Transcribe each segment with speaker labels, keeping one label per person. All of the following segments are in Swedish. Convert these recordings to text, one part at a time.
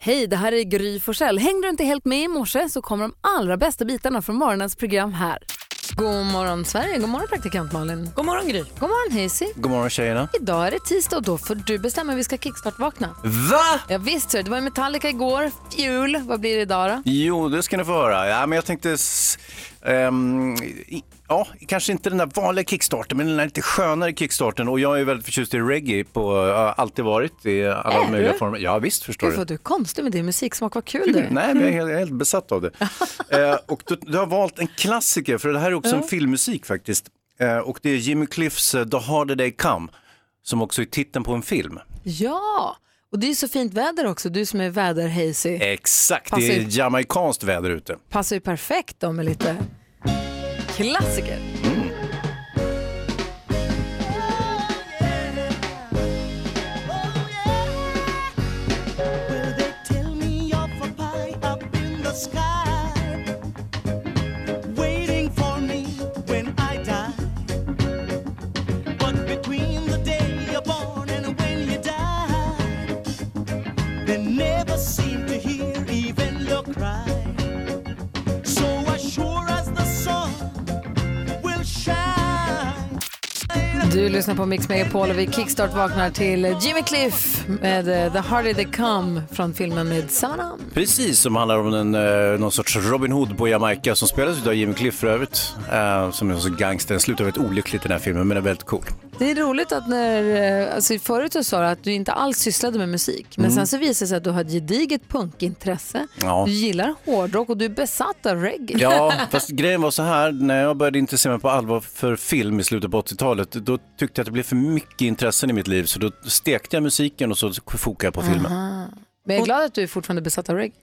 Speaker 1: Hej, det här är Gry Forssell. Hängde du inte helt med i morse så kommer de allra bästa bitarna från morgonens program här. God morgon Sverige, god morgon praktikant Malin.
Speaker 2: God morgon Gry.
Speaker 1: God morgon Hazy.
Speaker 3: God morgon tjejerna.
Speaker 1: Idag är det tisdag och då får du bestämma hur vi ska kickstart-vakna.
Speaker 3: Va?
Speaker 1: Ja, visst, så. det var ju Metallica igår, Fuel, vad blir det idag då?
Speaker 3: Jo, det ska ni få höra. Ja, men jag tänkte... s- ehm, i- ja, kanske inte den där vanliga kickstarten, men den där lite skönare kickstarten. Och jag är väldigt förtjust i reggae, på, jag har alltid varit i alla
Speaker 1: Är
Speaker 3: möjliga
Speaker 1: du?
Speaker 3: former. Ja, visst förstår
Speaker 1: Gud vad du är konstig med din musiksmak, vad kul du
Speaker 3: Nej,
Speaker 1: är.
Speaker 3: men jag är helt, jag är helt besatt av det. eh, och du, du har valt en klassiker, för det här är också en filmmusik faktiskt. Eh, och det är Jimmy Cliffs eh, The Harder They Come, som också är titeln på en film.
Speaker 1: Ja, och det är ju så fint väder också, du som är
Speaker 3: Eh.
Speaker 1: väder-Hazy.
Speaker 3: Exakt, det är
Speaker 1: Passivt.
Speaker 3: jamaikanskt väder ute.
Speaker 1: Passar ju perfekt då med lite klassiker.
Speaker 4: Will they tell me of a pie up in the sky? Waiting for me when I die. But between the day you're born and when you die, they never seem to hear even your cry. So as sure as the sun will shine.
Speaker 1: Du lyssnar på Mix Megapol och vi kickstart vaknar till Jimmy Cliff med eh, The Harder They Come från filmen med samma namn.
Speaker 3: Precis, som handlar om en, eh, någon sorts Robin Hood på Jamaica som spelas av Jimmy Cliff för övrigt. Eh, som är en sorts gangster. Den slutar väldigt olyckligt den här filmen men den är väldigt cool.
Speaker 1: Det är roligt att när, eh, alltså förut så sa du att du inte alls sysslade med musik, men sen så visade det sig att du har ett gediget punkintresse,
Speaker 3: Mm. Ja.
Speaker 1: du gillar hårdrock och du är besatt av reggae.
Speaker 3: Ja, fast grejen var så här, när jag började intressera mig på allvar för film i slutet på 80-talet, då tyckte jag att det blev för mycket intressen i mitt liv, så då stekte jag musiken och så fokade jag på filmen.
Speaker 1: Men jag är glad att du är fortfarande besatt av reggae.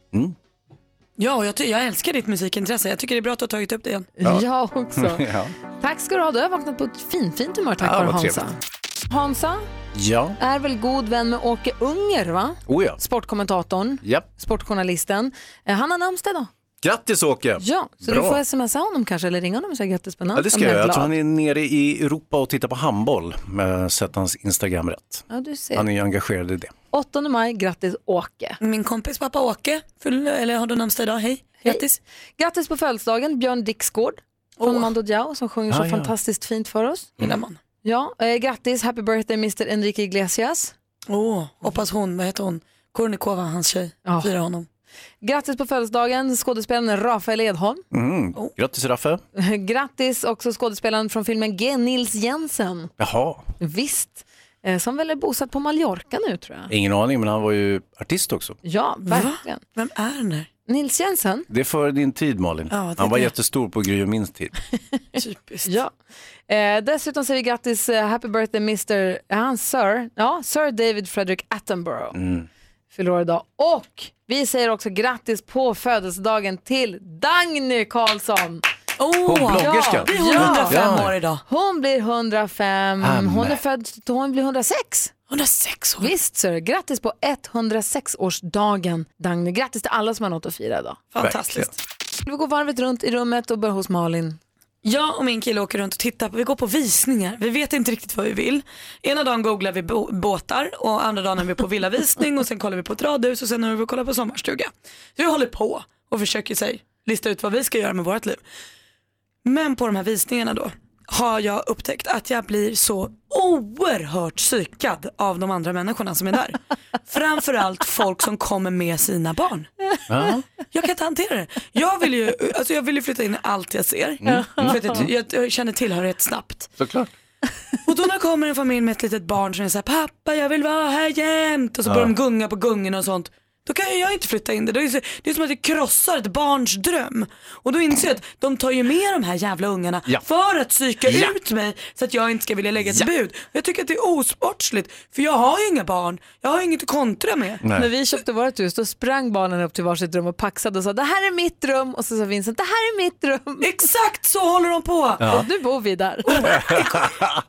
Speaker 2: Ja, och jag, ty- jag älskar ditt musikintresse. Jag tycker det är bra att du har tagit upp det igen.
Speaker 1: Ja. Jag också.
Speaker 3: Ja.
Speaker 1: Tack ska du ha, du har vaknat på ett finfint humör tack
Speaker 3: Ja,
Speaker 1: vare
Speaker 3: vad
Speaker 1: Hansa.
Speaker 3: trevligt.
Speaker 1: Hansa
Speaker 3: Ja,
Speaker 1: är väl god vän med Åke Unger, va?
Speaker 3: oh ja.
Speaker 1: Sportkommentatorn,
Speaker 3: Japp.
Speaker 1: sportjournalisten. Eh, Han har namnsdag idag.
Speaker 3: Grattis Åke!
Speaker 1: Ja, så
Speaker 3: Bra.
Speaker 1: du får smsa honom kanske eller ringa honom och säga grattis på
Speaker 3: Ja,
Speaker 1: namnsdagen.
Speaker 3: det ska jag
Speaker 1: är
Speaker 3: göra. Jag tror
Speaker 1: glad.
Speaker 3: han är nere i Europa och tittar på handboll, om jag har sett hans Instagram rätt.
Speaker 1: Ja, du
Speaker 3: Han
Speaker 1: ser.
Speaker 3: är ju engagerad i det.
Speaker 1: 8 maj, grattis Åke.
Speaker 2: Min kompis pappa Åke, fyll, eller har du namnsdag idag? Hej, grattis.
Speaker 1: Grattis på födelsedagen, Björn Dixgård från Mando Diao som sjunger så
Speaker 3: Ah, ja.
Speaker 1: fantastiskt fint för oss.
Speaker 2: Gillar man.
Speaker 1: Ja, eh, grattis, happy birthday Mr Enrique Iglesias.
Speaker 2: Åh, hoppas hon, vad heter hon? Kornikova, hans tjej,
Speaker 1: Ja.
Speaker 2: firar honom.
Speaker 1: Grattis på födelsedagen, skådespelaren Rafael Edholm.
Speaker 3: Mm.
Speaker 2: Oh.
Speaker 3: Grattis Raffe!
Speaker 1: Grattis också skådespelaren från filmen G, Nils Jensen.
Speaker 3: Jaha,
Speaker 1: Visst, eh, som väl är bosatt på Mallorca nu tror jag.
Speaker 3: ingen aning men han var ju artist också.
Speaker 1: Ja, verkligen.
Speaker 2: Vem är den där?
Speaker 1: Nils Jensen,
Speaker 3: Det är före din tid Malin.
Speaker 2: Ja, det
Speaker 3: han var
Speaker 2: är det.
Speaker 3: jättestor på Gry och min tid.
Speaker 2: Typiskt.
Speaker 1: Ja. Eh, dessutom säger vi grattis, eh, happy birthday Mr. Är han Sir? Ja, Sir David Frederick Attenborough.
Speaker 3: Mm.
Speaker 1: Fyller år idag. Och vi säger också grattis på födelsedagen till Dagny Karlsson.
Speaker 2: Åh,
Speaker 3: Hon bloggerskan.
Speaker 2: Det är hon
Speaker 1: Ja.
Speaker 2: 105
Speaker 3: Ja.
Speaker 2: år idag.
Speaker 1: Hon blir 105,
Speaker 3: Amen.
Speaker 1: hon är född då hon blir 106.
Speaker 2: 106 år.
Speaker 1: Visst sir, grattis på 106-årsdagen Dagny. Grattis till alla som har något att fira idag.
Speaker 2: Fantastiskt.
Speaker 3: Verkligen.
Speaker 1: Ska Vi går varvet runt i rummet och börjar hos Malin.
Speaker 2: Jag och min kille åker runt och tittar, på- vi går på visningar. Vi vet inte riktigt vad vi vill. Ena dagen googlar vi bo- båtar och andra dagen är vi på villavisning och sen kollar vi på ett radhus och sen är vi och kollar på sommarstuga. Så vi håller på och försöker sig, lista ut vad vi ska göra med vårt liv. Men på de här visningarna då har jag upptäckt att jag blir så oerhört psykad av de andra människorna som är där. Framförallt folk som kommer med sina barn.
Speaker 3: Ja.
Speaker 2: Jag kan inte hantera det. Jag vill ju, alltså jag vill ju flytta in i allt jag ser. För att jag, jag, jag känner tillhörighet snabbt.
Speaker 3: Mm. Såklart.
Speaker 2: Och då när kommer en familj med ett litet barn som är såhär, pappa jag vill vara här jämt. Och så börjar de gunga på gungorna och sånt. Då kan jag inte flytta in det. Det är, ju så, det är som att det krossar ett barns dröm. Och då inser jag att de tar ju med de här jävla ungarna
Speaker 3: Ja.
Speaker 2: för att psyka
Speaker 3: Ja.
Speaker 2: ut mig så att jag inte ska vilja lägga ett
Speaker 3: Ja.
Speaker 2: bud. Jag tycker att det är osportsligt för jag har ju inga barn. Jag har ju inget att kontra med.
Speaker 3: Nej.
Speaker 1: När vi köpte vårt hus då sprang barnen upp till varsitt rum och paxade och sa det här är mitt rum och så sa Vincent det här är mitt rum.
Speaker 2: Exakt så håller de på.
Speaker 1: Och nu bor vi där.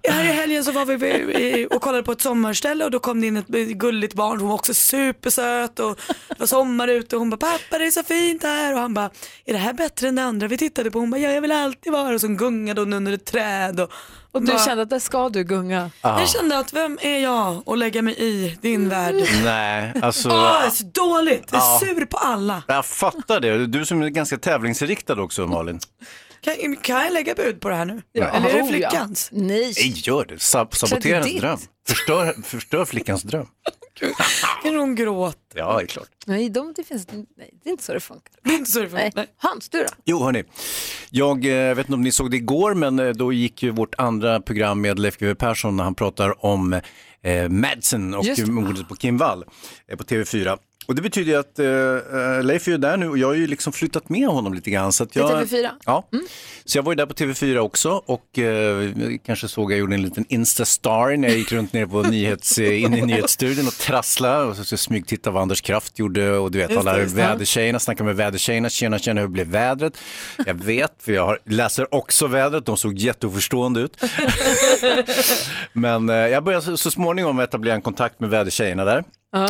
Speaker 2: Här i helgen så var vi i- eh, och kollade på ett sommarställe och då kom det in ett gulligt barn, hon var också supersöt och det var sommar ute och hon bara pappa det är så fint här och han bara är det här bättre än det andra vi tittade på? Hon bara ja jag vill alltid vara och så hon gungade hon under ett träd och,
Speaker 1: Och du
Speaker 2: Bara-
Speaker 1: kände att där ska du gunga. Mm.
Speaker 2: Jag kände att vem är jag att lägga mig i din värld?
Speaker 3: Nej, alltså...
Speaker 2: Åh, det är Ah, så dåligt. Jag är
Speaker 3: Ja.
Speaker 2: sur på alla.
Speaker 3: Jag fattar det. Du som är ganska tävlingsriktad också, Malin.
Speaker 2: Kan, kan jag lägga bud på det här nu?
Speaker 3: Ja.
Speaker 2: Eller är det
Speaker 1: Oh, ja.
Speaker 2: flickans?
Speaker 1: Nej.
Speaker 3: Nej, gör det. Sab sabotera
Speaker 1: Klädd i
Speaker 3: hennes
Speaker 1: ditt.
Speaker 3: dröm. Förstör, förstör flickans dröm.
Speaker 2: Kan hon gråta?
Speaker 3: Ja, det är klart.
Speaker 1: Nej, de, det, finns, nej, det är inte så det funkar.
Speaker 2: Det är inte så det
Speaker 1: Nej.
Speaker 2: funkar.
Speaker 1: Hans, du då?
Speaker 3: Jo, hörni. Jag eh, vet inte om ni såg det igår, men eh, då gick ju vårt andra program med Leif GW Persson när han pratar om eh, Madsen och
Speaker 1: Just det.
Speaker 3: mordet på Kim Wall eh, på TV4. Och det betyder ju att eh, eh, Leif är ju där nu och jag har ju liksom flyttat med honom lite grann. Så att jag,
Speaker 1: TV4?
Speaker 3: Ja,
Speaker 1: Mm.
Speaker 3: så jag var ju där på TV4 också och eh, kanske såg jag gjorde en liten Insta-star när jag gick runt ner på nyhets, eh, in i nyhetsstudion och trasslade och så, så smygtittade vad Anders Kraft gjorde och du vet
Speaker 2: Just det,
Speaker 3: alla
Speaker 2: just det.
Speaker 3: vädertjejerna, snackade med vädertjejerna, tjena tjena hur blev vädret? Jag vet, för jag har, läser också vädret, de såg jätteoförstående ut. Men eh, jag började så, så småningom etablera en kontakt med vädertjejerna där.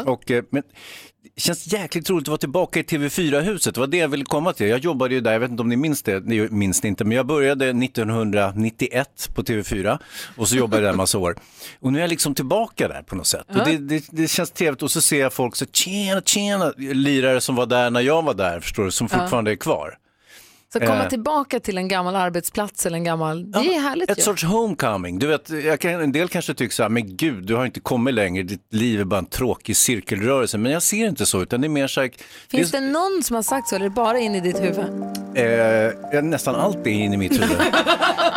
Speaker 3: Och, eh, men, det känns jäkligt roligt att vara tillbaka i TV4-huset. Det var det jag ville komma till. Jag jobbade ju där, jag vet inte om ni minns det, ni minns det inte, men jag började 1991 på TV4 och så jobbade jag där en massa år. Och nu är jag liksom tillbaka där på något sätt. Och det, det, det känns trevligt och så ser jag folk så tjena, tjena, lirare som var där när jag var där, förstår du, som fortfarande är kvar.
Speaker 1: Så komma
Speaker 3: Eh.
Speaker 1: tillbaka till en gammal arbetsplats eller en gammal, det är härligt
Speaker 3: Ett
Speaker 1: ju.
Speaker 3: sorts homecoming. Du vet, jag kan, en del kanske tycker så här, men gud, du har inte kommit längre, ditt liv är bara en tråkig cirkelrörelse. Men jag ser inte så, utan det är mer så här, det är
Speaker 1: Finns det någon som har sagt så eller är det bara in i ditt huvud?
Speaker 3: Eh, jag- nästan allt är inne i mitt huvud.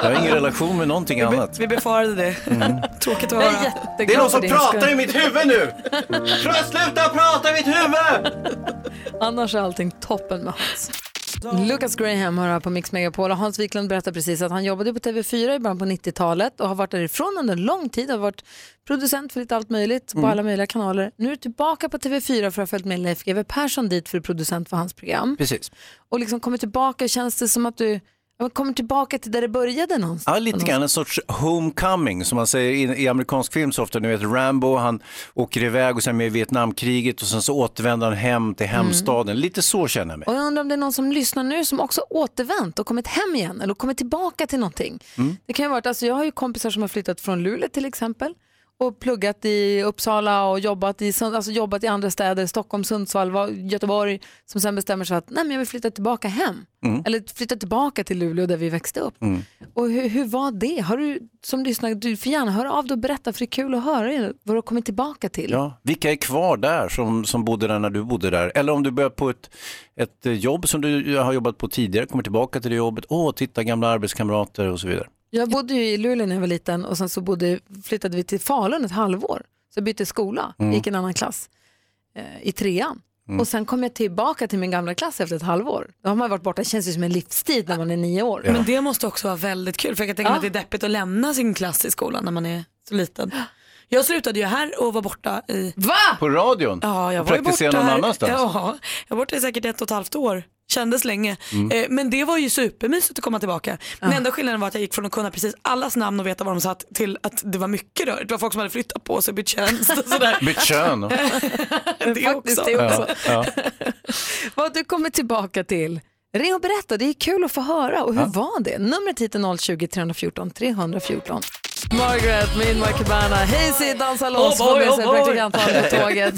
Speaker 3: Jag har ingen relation med någonting annat.
Speaker 2: Vi befarade det. Tråkigt att
Speaker 1: Jag är
Speaker 2: höra.
Speaker 1: jätteglad
Speaker 3: Det är någon
Speaker 1: för
Speaker 3: som
Speaker 1: din
Speaker 3: pratar
Speaker 1: skull.
Speaker 3: i mitt huvud nu! Tror jag sluta prata i mitt huvud!
Speaker 1: Annars är allting toppen med Hans. Lucas Graham hör här på Mix Megapol och Hans Wiklund berättar precis att han jobbade på TV4 i början på 90-talet och har varit därifrån under lång tid, har varit producent för lite allt möjligt på alla möjliga kanaler. Nu är du tillbaka på TV4 för att ha följt med Leif GW Persson dit för att producent för hans program
Speaker 3: Precis.
Speaker 1: och liksom kommer tillbaka, känns det som att du ja, men kommer tillbaka till där det började någonstans?
Speaker 3: Ja, lite grann en sorts homecoming som man säger i, i amerikansk film så ofta. Ni vet Rambo, han åker iväg och sen med i Vietnamkriget och sen så återvänder han hem till
Speaker 1: Mm.
Speaker 3: hemstaden. Lite så känner jag mig.
Speaker 1: Och jag undrar om det är någon som lyssnar nu som också återvänt och kommit hem igen eller kommit tillbaka till någonting. Det kan ju ha varit, alltså jag har ju kompisar som har flyttat från Luleå till exempel och pluggat i Uppsala och jobbat i, Sund- alltså jobbat i andra städer, Stockholm, Sundsvall, Va- Göteborg, som sen bestämmer sig att nej men jag vill flytta tillbaka hem. Eller flytta tillbaka till Luleå där vi växte upp.
Speaker 2: Mm.
Speaker 1: Och hur, hur var det? Har du som lyssnar, du får gärna höra av dig och berätta för det är kul att höra er, vad du har kommit tillbaka till.
Speaker 3: Ja, vilka är kvar där som, som bodde där när du bodde där? Eller om du börjar på ett, ett eh, jobb som du har jobbat på tidigare, kommer tillbaka till det jobbet, åh, titta gamla arbetskamrater och så vidare.
Speaker 1: Jag bodde ju i Luleå när jag var liten och sen så bodde, flyttade vi till Falun ett halvår. Så jag bytte skola, gick i en annan klass eh, i trean. Och sen kom jag tillbaka till min gamla klass efter ett halvår. Då har man varit borta, det känns ju som en livstid när man är nio år.
Speaker 2: Men det måste också vara väldigt kul för jag kan tänka mig
Speaker 1: Ja.
Speaker 2: att det är deppigt att lämna sin klass i skolan när man är så liten. Jag slutade ju här och var borta i,
Speaker 1: Va?
Speaker 3: På radion?
Speaker 2: ja jag
Speaker 3: Och
Speaker 2: var ju borta
Speaker 3: praktisera någon
Speaker 2: här.
Speaker 3: annanstans?
Speaker 2: Ja, jag var borta i säkert ett och ett halvt år. Kändes länge.
Speaker 3: Mm.
Speaker 2: Eh, Men det var ju supermysigt att komma tillbaka. Den enda skillnaden var att jag gick från att kunna precis allas namn och veta var de satt till att det var mycket rörigt. Det var folk som hade flyttat på sig, bytt tjänst och sådär.
Speaker 3: Bytt kön? och-
Speaker 2: det också.
Speaker 1: Faktiskt det också.
Speaker 3: Ja, ja.
Speaker 1: Vad har du kommit tillbaka till? Ring och berätta, det är kul att få höra. Och hur var det? Numret hit är 020-314 314. Margaret med In My Cabana, Hazy dansar loss
Speaker 2: Oh
Speaker 1: oh
Speaker 2: boy,
Speaker 1: med sig
Speaker 2: oh boy.
Speaker 1: praktikanten på tåget.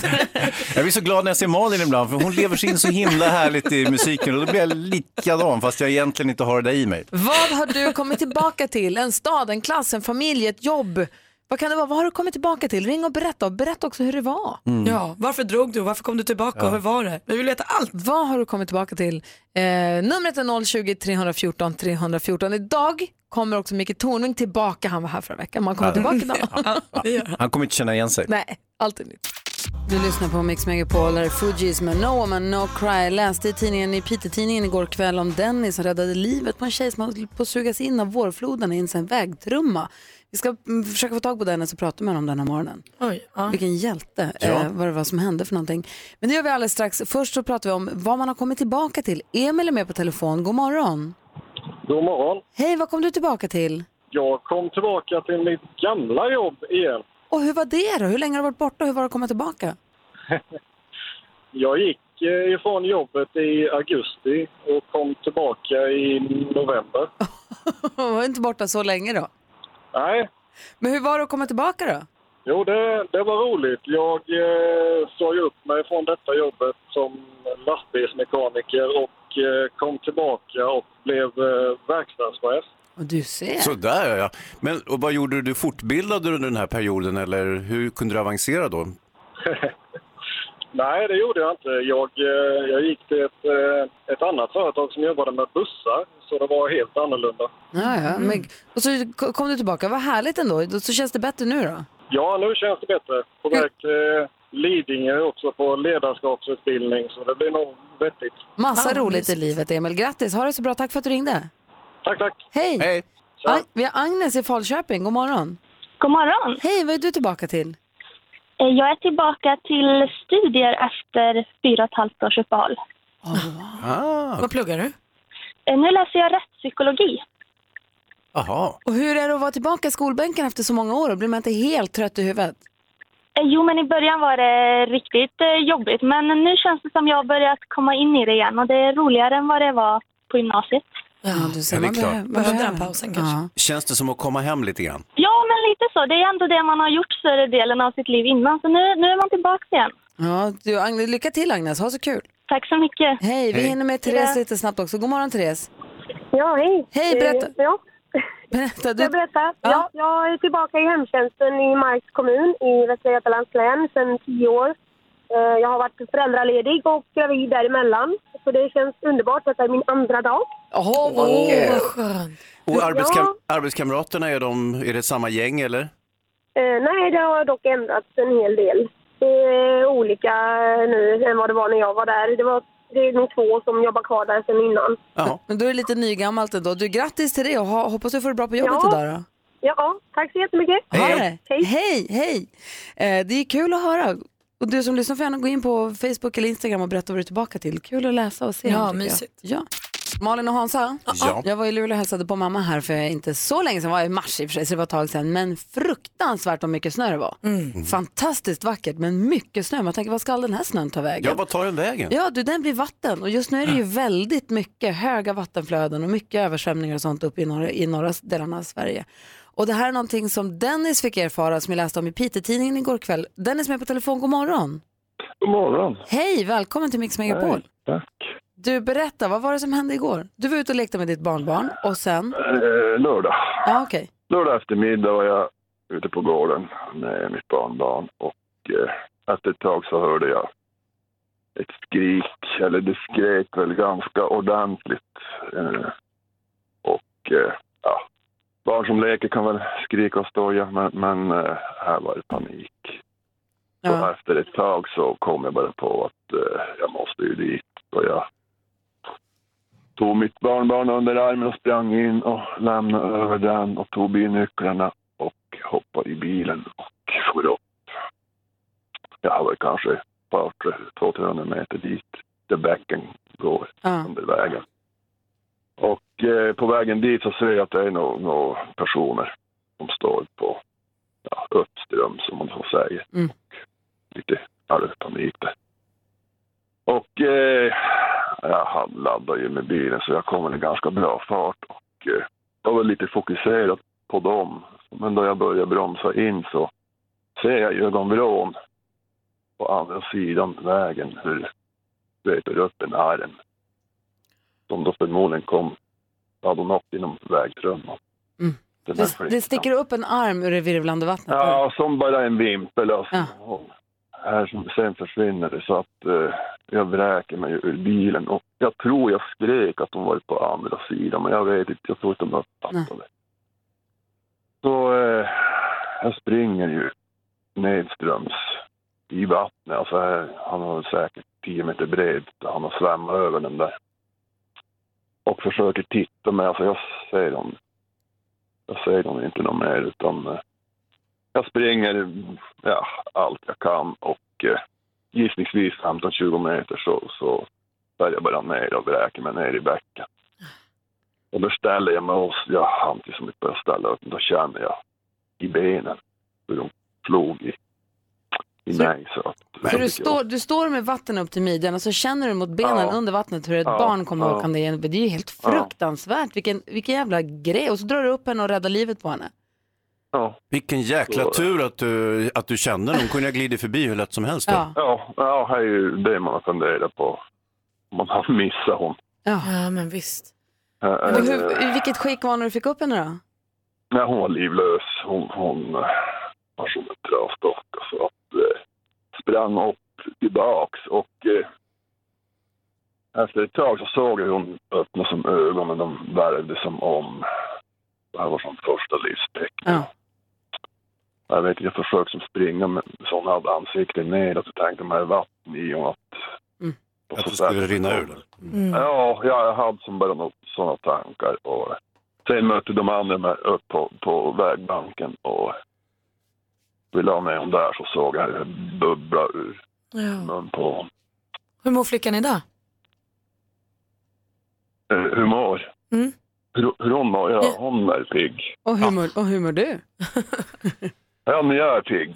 Speaker 3: Jag blir så glad när jag ser Malin ibland, för hon lever sig in så himla härligt i musiken och då blir jag likadan, fast jag egentligen inte har det där i mig.
Speaker 1: Vad har du kommit tillbaka till? En stad, en klass, en familj, ett jobb? Vad kan det vara? Vad har du kommit tillbaka till? Ring och berätta och berätta också hur det var.
Speaker 3: Mm.
Speaker 2: Ja, varför drog du? Varför kom du tillbaka? Och hur var det? Vi vill veta allt.
Speaker 1: Vad har du kommit tillbaka till? Eh, numret är 020 314 314. Idag kommer också Micke Tornving tillbaka. Han var här förra veckan. Man kommer tillbaka idag.
Speaker 3: Han kommer inte känna igen sig.
Speaker 1: Nej, allt är nytt. Du lyssnar på Mix Megapol, här är Fugees med No Woman No Cry. Jag läste i tidningen, i Piteå-tidningen igår kväll om Dennis som räddade livet på en tjej som höll på att sugas in av vårfloden i en sån vägtrumma. Vi ska mm, försöka få tag på Dennis och prata med honom den här morgonen.
Speaker 2: Oj, ja.
Speaker 1: Vilken hjälte,
Speaker 3: Ja.
Speaker 1: eh, vad det var som hände för någonting. Men det gör vi alldeles strax. Först så pratar vi om vad man har kommit tillbaka till. Emil är med på telefon, god morgon.
Speaker 5: God morgon.
Speaker 1: Hej, vad kom du tillbaka till?
Speaker 5: Jag kom tillbaka till mitt gamla jobb igen.
Speaker 1: Och hur var det då? Hur länge har du varit borta och hur var det att komma tillbaka?
Speaker 5: Jag gick eh, ifrån jobbet i augusti och kom tillbaka i november.
Speaker 1: var inte borta så länge då?
Speaker 6: Nej,
Speaker 1: Men hur var det att komma tillbaka då?
Speaker 6: jo det, det var roligt. Jag eh, sa ju upp mig från detta jobbet som lastbilsmekaniker och eh, kom tillbaka och blev eh, verkstadschef.
Speaker 1: Och du ser.
Speaker 3: Sådär ja. Men och vad gjorde du? Du fortbildade du under den här perioden eller hur kunde du avancera då?
Speaker 6: Nej, det gjorde jag inte. Jag, eh, jag gick till ett, eh, ett annat företag som jobbade med bussar, så det var helt annorlunda.
Speaker 1: Ja, ja. Men, och så ko- kom du tillbaka, vad härligt ändå. Då- Så känns det bättre nu då?
Speaker 6: Ja, nu känns det bättre. På väg till eh, Lidingö också på ledarskapsutbildning, så det blir nog vettigt.
Speaker 1: Massa
Speaker 2: Ja,
Speaker 1: roligt
Speaker 2: visst.
Speaker 1: i livet Emil, grattis, ha det så bra, tack för att du ringde.
Speaker 6: Tack, tack!
Speaker 1: Hej!
Speaker 7: Hej.
Speaker 1: Ag- vi har Agnes i Falköping, god morgon.
Speaker 8: God morgon!
Speaker 1: Hej, vad är du tillbaka till?
Speaker 8: Eh, Jag är tillbaka till studier efter fyra och ett halvt års uppehåll.
Speaker 7: Ah,
Speaker 2: Vad pluggar du?
Speaker 8: Eh, Nu läser jag rättspsykologi.
Speaker 7: aha.
Speaker 1: Och hur är det att vara tillbaka i skolbänken efter så många år? Blir man inte helt trött i huvudet?
Speaker 8: Eh, Jo, men i början var det riktigt eh, jobbigt. Men nu känns det som jag har börjat komma in i det igen och det är roligare än vad det var på gymnasiet.
Speaker 1: Ja, du ser,
Speaker 7: Ja, det är
Speaker 1: man
Speaker 7: klart.
Speaker 1: behöver- man
Speaker 2: Behövde
Speaker 1: behöver-
Speaker 2: den pausen kanske?
Speaker 1: Ja.
Speaker 3: Känns det som att komma hem lite grann?
Speaker 8: Ja, men lite så. Det är ändå det man har gjort större delen av sitt liv innan. Så nu, nu är man tillbaka igen.
Speaker 1: Ja, du, Agnes, lycka till Agnes, ha så kul.
Speaker 8: Tack så mycket.
Speaker 1: Hej, vi
Speaker 7: Hej.
Speaker 1: hinner med Therese lite snabbt också. God morgon Therese.
Speaker 9: Ja, hej.
Speaker 1: Hej, berätta.
Speaker 9: Eh, Ja,
Speaker 1: Berätta,
Speaker 9: jag
Speaker 1: du,
Speaker 9: berättar.
Speaker 1: Ja.
Speaker 9: Ja. jag är tillbaka i hemtjänsten i Marks kommun i Västra Götalands län sedan tio år. Eh, Jag har varit föräldraledig och gravid däremellan. Så det känns underbart. Detta är min andra dag.
Speaker 1: Åh, vad kul.
Speaker 2: Vad skönt.
Speaker 3: Och arbetskam- arbetskamraterna, är, de, är det samma gäng eller?
Speaker 9: Eh, Nej, det har dock ändrats en hel del. Det är olika nu än vad det var när jag var där. Det, var, det är nog två som jobbar kvar där sedan innan.
Speaker 3: Jaha.
Speaker 1: Men då är det lite nygammalt ändå. Du, grattis till det och ha, hoppas du får det bra på jobbet
Speaker 9: Ja.
Speaker 1: idag då.
Speaker 9: Ja, tack så jättemycket.
Speaker 1: Ha det.
Speaker 9: Hej.
Speaker 1: Hej, hej. Eh, det är kul att höra. Och du som lyssnar får gärna gå in på Facebook eller Instagram och berätta vad du är tillbaka till. Kul att läsa och se.
Speaker 2: Ja,
Speaker 1: tycker jag.
Speaker 2: mysigt.
Speaker 1: Ja. Malin och Hansa,
Speaker 3: Ja.
Speaker 1: jag var i Luleå och hälsade på mamma här för inte så länge sedan, det var i mars i och för sig, så det var ett tag sedan, men fruktansvärt vad mycket snö det var.
Speaker 3: Mm.
Speaker 1: Fantastiskt vackert, men mycket snö. Man tänker, vad ska all den här snön ta vägen?
Speaker 3: Ja, vad tar den vägen?
Speaker 1: Ja, du, den blir vatten och just nu är det ju väldigt mycket höga vattenflöden och mycket översvämningar och sånt uppe i norra, i norra delarna av Sverige. Och det här är någonting som Dennis fick erfara som vi läste om i Piteå-tidningen igår kväll. Dennis med på telefon, god morgon.
Speaker 6: God morgon!
Speaker 1: Hej, välkommen till Mix Megapol.
Speaker 6: Tack!
Speaker 1: Du, berätta, vad var det som hände igår? Du var ute och lekte med ditt barnbarn och sen?
Speaker 6: Eh, lördag.
Speaker 1: Ja, okej.
Speaker 6: Lördag eftermiddag var jag ute på gården med mitt barnbarn och eh, efter ett tag så hörde jag ett skrik, eller det skrek väl ganska ordentligt. Eh, och eh, ja, barn som leker kan väl skrika och stoja men, men eh, här var det panik. Och
Speaker 1: Ja.
Speaker 6: efter ett tag så kom jag bara på att eh, jag måste ju dit. Och jag tog mitt barnbarn under armen och sprang in och lämnade över den och tog bilnycklarna och hoppade i bilen och for upp. Jag hade väl kanske ett par, tre- 200-300 meter dit där bäcken går
Speaker 1: Ja.
Speaker 6: under vägen. Och eh, på vägen dit så ser jag att det är några nå personer som står på ja, uppströms som man så säger.
Speaker 1: Mm.
Speaker 6: Och lite halvpanik där. Och eh, jag hade- laddade ju med bilen så jag kom i ganska bra fart och eh, jag var lite fokuserad på dem. Men då jag började bromsa in så ser jag ju ögonvrån på andra sidan vägen hur det veper upp en arm som då förmodligen kom, hade hon åkt inom vägströmmen.
Speaker 1: Mm.
Speaker 6: Den här
Speaker 1: Det, det
Speaker 6: flickan.
Speaker 1: sticker upp en arm ur det virvlande vattnet.
Speaker 6: Ja, som bara en vimpel. Alltså.
Speaker 1: Ja.
Speaker 6: Och Här som sen försvinner det så att eh, jag vräker mig ur bilen och jag tror jag skrek att de var på andra sidan men jag vet inte, jag tror inte de uppfattade. Så eh, jag springer ju nedströms i vattnet. Alltså, här, han var väl säkert 10 meter bred, han har svämmat över den där. Och försöker titta men alltså jag ser dem. Jag ser dem inte någon mer utan eh, jag springer ja, allt jag kan och eh, gissningsvis 15-20 meter så, så bär jag bara ner och vräker mig ner i bäcken. Och då ställer jag mig och jag hann till som inte börjar ställa upp, då känner jag i benen hur de slog i, i
Speaker 1: Så-
Speaker 6: mig. Så, att-
Speaker 1: Så du står, du står med vatten upp till midjan och så känner du mot benen
Speaker 6: Ja.
Speaker 1: under vattnet hur ett
Speaker 6: Ja,
Speaker 1: barn kommer
Speaker 6: ja.
Speaker 1: åkande igen. Det är ju helt
Speaker 6: Ja.
Speaker 1: fruktansvärt. Vilken, vilken jävla grej. Och så drar du upp henne och räddar livet på henne.
Speaker 6: Ja,
Speaker 3: Vilken jäkla tur att du, att du kände någon. kunde jag glida förbi hur lätt som helst. då.
Speaker 1: Ja.
Speaker 6: ja, ja här är ju det man har funderat på. Man har missat hon.
Speaker 1: Ja.
Speaker 2: Ja men visst.
Speaker 6: Eh,
Speaker 1: Men
Speaker 6: eh,
Speaker 1: hur, I vilket skick var hon när du fick upp henne då?
Speaker 6: Nej, hon var livlös. Hon, hon eh, var som en trasdocka. Så att eh, sprang upp tillbaks och eh, efter ett tag så såg jag hur hon öppnade som ögonen. De värvde som om. Det här var som första livstecken.
Speaker 1: Ja.
Speaker 6: Jag vet, jag försökte som springa men så hon hade ansiktet nedåt och tänkte med vatten i och att...
Speaker 1: Mm.
Speaker 6: och
Speaker 3: Att
Speaker 6: så
Speaker 3: det skulle
Speaker 6: där-
Speaker 3: rinna ur. den.
Speaker 6: Ja, ja, jag hade som bara något, sådana tankar. Och sen mötte de andra mig upp på, på vägbanken och vi la ner dem där så såg jag hur det bubblade ur
Speaker 2: Ja.
Speaker 6: munnen på honom.
Speaker 2: Hur mår flickan idag?
Speaker 6: Eh, Hur mår?
Speaker 2: Mm.
Speaker 6: Hur, hur hon mår? Ja, hon är pigg.
Speaker 1: Och hur, mår, och hur mår du?
Speaker 6: Ja, men jag är pigg.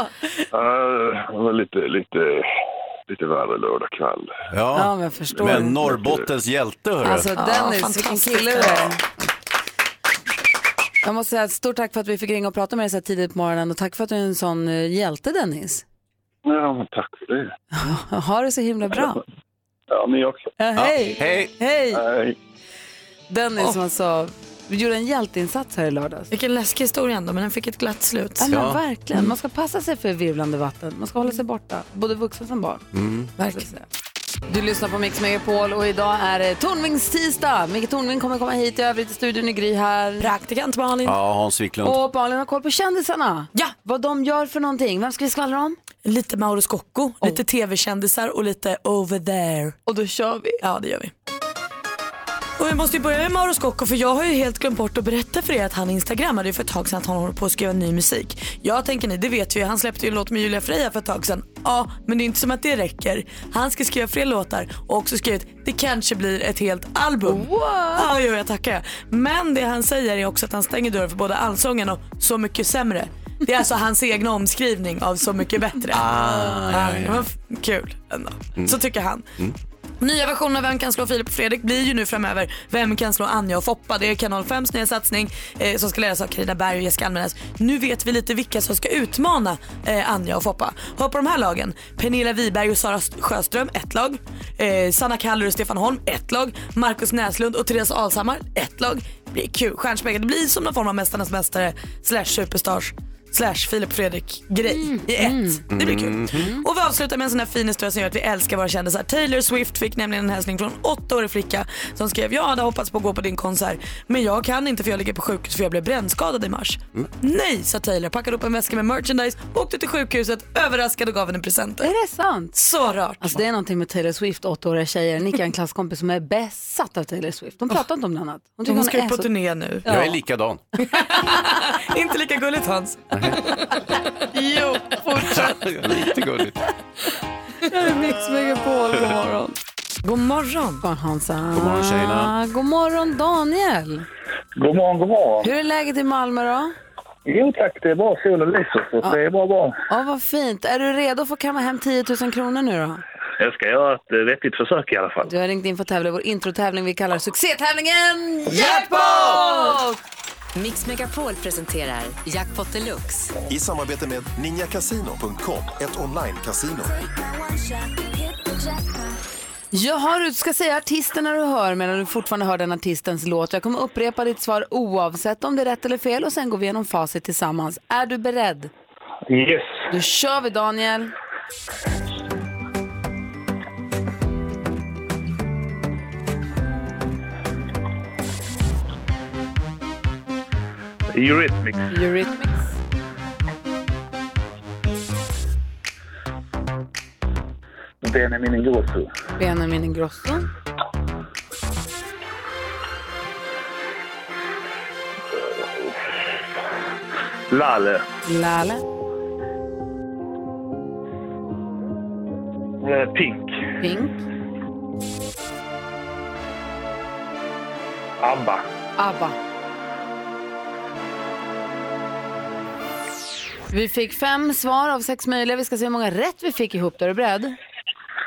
Speaker 6: Eh, Det var lite, lite, lite värre lördag kväll.
Speaker 1: Ja,
Speaker 3: Ja.
Speaker 1: men jag förstår.
Speaker 3: Men Norrbottens hjälte, hörru.
Speaker 1: Alltså Dennis, vilken
Speaker 2: fantastiskt.
Speaker 1: kille du är. Jag måste säga ett stort tack för att vi fick ringa och prata med dig så här tidigt på morgonen och tack för att du är en sån eh, hjälte Dennis.
Speaker 6: Ja, men tack för det.
Speaker 1: Ha det så himla bra.
Speaker 6: Ja, ni också.
Speaker 1: Ja, hej!
Speaker 3: Hej!
Speaker 1: Hej!
Speaker 6: Hej.
Speaker 1: Dennis som alltså gjorde en hjälteinsats här i lördags.
Speaker 2: Vilken läskig historia ändå men den fick ett glatt slut.
Speaker 1: Ja, men verkligen. Man ska passa sig för virvlande vatten. Man ska hålla sig borta, både vuxen som barn.
Speaker 2: Verkligen.
Speaker 1: Du lyssnar på Mix Megapol och idag är det Tornvings tisdag. Micke Tornving kommer komma hit i övrigt i studion i Gry här.
Speaker 2: Praktikant Malin.
Speaker 3: Ja, Hans Wiklund.
Speaker 1: Och Malin har koll på kändisarna.
Speaker 2: Ja.
Speaker 1: Vad de gör för någonting. Vem ska vi skvallra om?
Speaker 2: Lite Mauro Scocco, lite tv-kändisar och lite over there.
Speaker 1: Och då kör vi.
Speaker 2: Ja det gör vi. Och jag måste ju börja med Mauro Scocco för jag har ju helt glömt bort att berätta för er att han instagrammade ju för ett tag sedan att han håller på att skriva ny musik. Ja tänker ni, det vet vi ju. Han släppte ju en låt med Julia Freja för ett tag sedan. Ja, men det är inte som att det räcker. Han ska skriva fler låtar och också skrivit det kanske blir ett helt album. What? Ja, jo, jag tackar. Men det han säger är också att han stänger dörren för både allsången och Så mycket sämre. Det är alltså hans egna omskrivning av Så mycket bättre. Ah, Det var f- kul ändå.
Speaker 3: Mm.
Speaker 10: Mm.
Speaker 2: Så tycker han. Nya versionen av Vem kan slå Filip och Fredrik blir ju nu framöver Vem kan slå Anja och Foppa. Det är Kanal 5s nya satsning eh, som ska ledas av Carina Berg och Jessica Almenäs. Nu vet vi lite vilka som ska utmana eh, Anja och Foppa. Hör på de här lagen. Pernilla Wiberg och Sara Sjöström, ett lag. Eh, Sanna Kallur och Stefan Holm, ett lag. Markus Näslund och Therese Alshammar, ett lag. Det blir kul. Stjärnspäckat. Det blir som någon form av Mästarnas Mästare slash Superstars slash Filip och Fredrik grej i ett. Det blir kul. Och vi avslutar med en sån här fin historia som gör att vi älskar våra kändisar. Taylor Swift fick nämligen en hälsning från en åttaårig flicka som skrev “Jag hade hoppats på att gå på din konsert men jag kan inte för jag ligger på sjukhus för jag blev brännskadad i mars”. “Nej” sa Taylor, packade upp en väska med merchandise, åkte till sjukhuset, överraskade och gav henne presenter.
Speaker 1: Är det sant?
Speaker 2: Så rart.
Speaker 1: Alltså det är någonting med Taylor Swift, åttaåriga tjejer. Nicka är en klasskompis som är besatt av Taylor Swift. Hon pratar inte om något annat. Hon tycker
Speaker 2: Hon
Speaker 1: hon,
Speaker 2: ska ju
Speaker 1: är
Speaker 2: på
Speaker 1: så...
Speaker 2: turné nu.
Speaker 3: Jag är likadan.
Speaker 2: Inte lika gulligt Hans.
Speaker 1: Jo, fortsätt.
Speaker 3: Lite gulligt.
Speaker 1: Mix Megapol, god morgon.
Speaker 2: God morgon.
Speaker 1: God morgon Hansa.
Speaker 3: God morgon, tjejerna.
Speaker 1: God morgon Daniel.
Speaker 6: God morgon, god morgon.
Speaker 1: Hur är läget i Malmö då?
Speaker 6: Jo tack, det är bra sol och lyser. Så det är bra, bra.
Speaker 1: Ja, vad fint. Är du redo för att kamma hem 10 000 kronor nu då?
Speaker 6: Jag ska göra ett eh, vettigt försök i alla fall.
Speaker 1: Du har ringt in för att tävla i vår introtävling vi kallar succétävlingen Jackpot!
Speaker 11: Mix Megapol presenterar Jackpot Deluxe.
Speaker 12: I samarbete med ninjakasino.com, ett online-casino.
Speaker 1: Jag har, du ska säga artisten när du hör medan du fortfarande hör den artistens låt. Jag kommer upprepa ditt svar oavsett om det är rätt eller fel och sen går vi igenom facit tillsammans. Är du beredd?
Speaker 6: Yes.
Speaker 1: Då kör vi Daniel.
Speaker 6: Eurythmics.
Speaker 1: Eurythmics.
Speaker 6: Benjamin Ingrosso.
Speaker 1: Benjamin Ingrosso.
Speaker 6: Lalle.
Speaker 1: Lale.
Speaker 6: Eh, Pink.
Speaker 1: Pink.
Speaker 6: ABBA.
Speaker 1: ABBA. Vi fick fem svar av sex möjliga. Vi ska se hur många rätt vi fick ihop. Då är du beredd?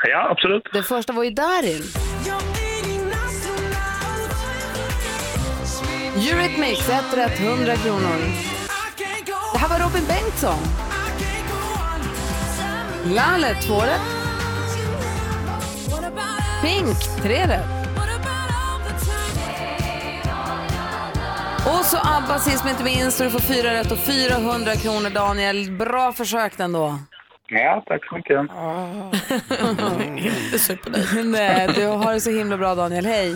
Speaker 6: Ja, absolut.
Speaker 1: Det första var ju Darin. Eurythmics, ett rätt, 100 kronor. Det här var Robin Bengtsson. Laleh, två rätt. Pink, tre rätt. Och så ABBA sist men inte minst och du får fyra rätt och 400 kronor Daniel. Bra försökt ändå.
Speaker 13: Ja, tack så mycket.
Speaker 2: Inte sur på dig.
Speaker 1: Nej, du har det så himla bra Daniel. Hej!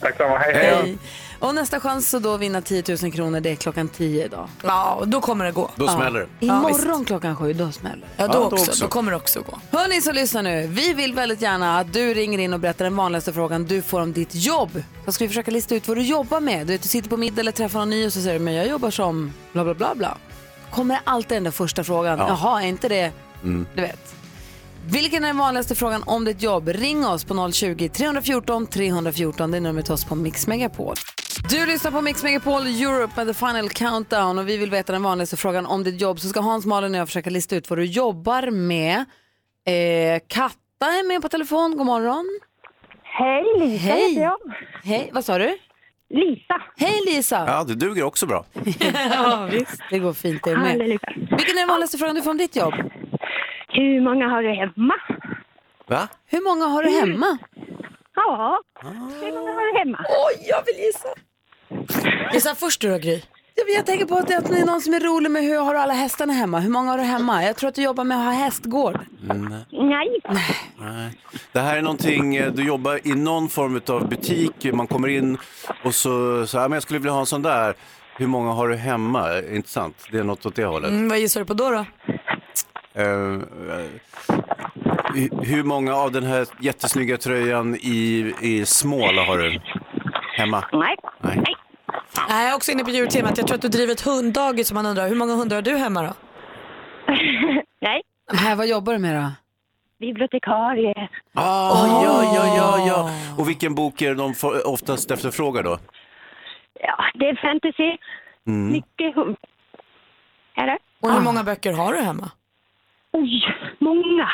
Speaker 13: Tack samma, hej.
Speaker 1: Hej. Och nästa chans att då vinna 10 000 kronor, det är klockan 10 idag.
Speaker 2: Ja, då kommer det gå.
Speaker 1: Då smäller det. Imorgon klockan sju, då smäller det.
Speaker 2: Ja, då, också. Då kommer det också gå.
Speaker 1: Hörni som lyssnar nu, vi vill väldigt gärna att du ringer in och berättar den vanligaste frågan du får om ditt jobb. Då ska vi försöka lista ut vad du jobbar med. Du, vet, du sitter på middag eller träffar någon ny och så säger du, men jag jobbar som bla bla bla bla. Kommer alltid den där första frågan,
Speaker 11: Ja.
Speaker 1: jaha, är inte det,
Speaker 11: Mm.
Speaker 1: du vet. Vilken är den vanligaste frågan om ditt jobb? Ring oss på 020-314 314, det är numret till oss på Mix Megapol. Du lyssnar på Mix Megapol Europe med The Final Countdown och vi vill veta den vanligaste frågan om ditt jobb. Så ska Hans, Malin och jag försöka lista ut vad du jobbar med. Eh, Katta är med på telefon, god morgon.
Speaker 10: Hej, Lisa heter jag.
Speaker 1: Hej, vad sa du? Lisa. Hej Lisa.
Speaker 3: Ja, det duger också bra.
Speaker 1: ja, visst. Det går fint det med. Vilken är den vanligaste frågan du får om ditt jobb? Hur många har du hemma?
Speaker 3: Va?
Speaker 1: Hur många har du hemma?
Speaker 10: Mm. Ja, hur många har du hemma?
Speaker 1: Oj, jag vill gissa.
Speaker 2: Gissa först du då Gry.
Speaker 1: Ja, men Jag tänker på att det att det är någon som är rolig med hur har du alla hästarna hemma? Hur många har du hemma? Jag tror att du jobbar med att ha hästgård.
Speaker 3: Nej.
Speaker 10: Nej.
Speaker 3: Nej. Det här är någonting, eh, du jobbar i någon form av butik, man kommer in och så, så här, men jag skulle vilja ha en sån där. Hur många har du hemma? Intressant, det är något åt det hållet.
Speaker 2: Mm, vad gissar du på då? då?
Speaker 3: Eh, eh, hu- hur många av den här jättesnygga tröjan i, i smål har du hemma?
Speaker 10: Nej.
Speaker 3: Nej.
Speaker 2: Nej, jag är också inne på djurtemat. Jag tror att du driver ett hunddagis som man undrar. Hur många hundar har du hemma då?
Speaker 10: Nej.
Speaker 1: Här, vad jobbar du med då?
Speaker 10: Bibliotekarie.
Speaker 3: Ah, ja, ja, ja, ja. Och vilken bok är de for- oftast efterfrågar då?
Speaker 10: Ja, det är fantasy.
Speaker 3: Mm.
Speaker 10: Mycket hum. Är det?
Speaker 2: Och
Speaker 1: Ah.
Speaker 2: hur många böcker har du hemma?
Speaker 10: Oj, många.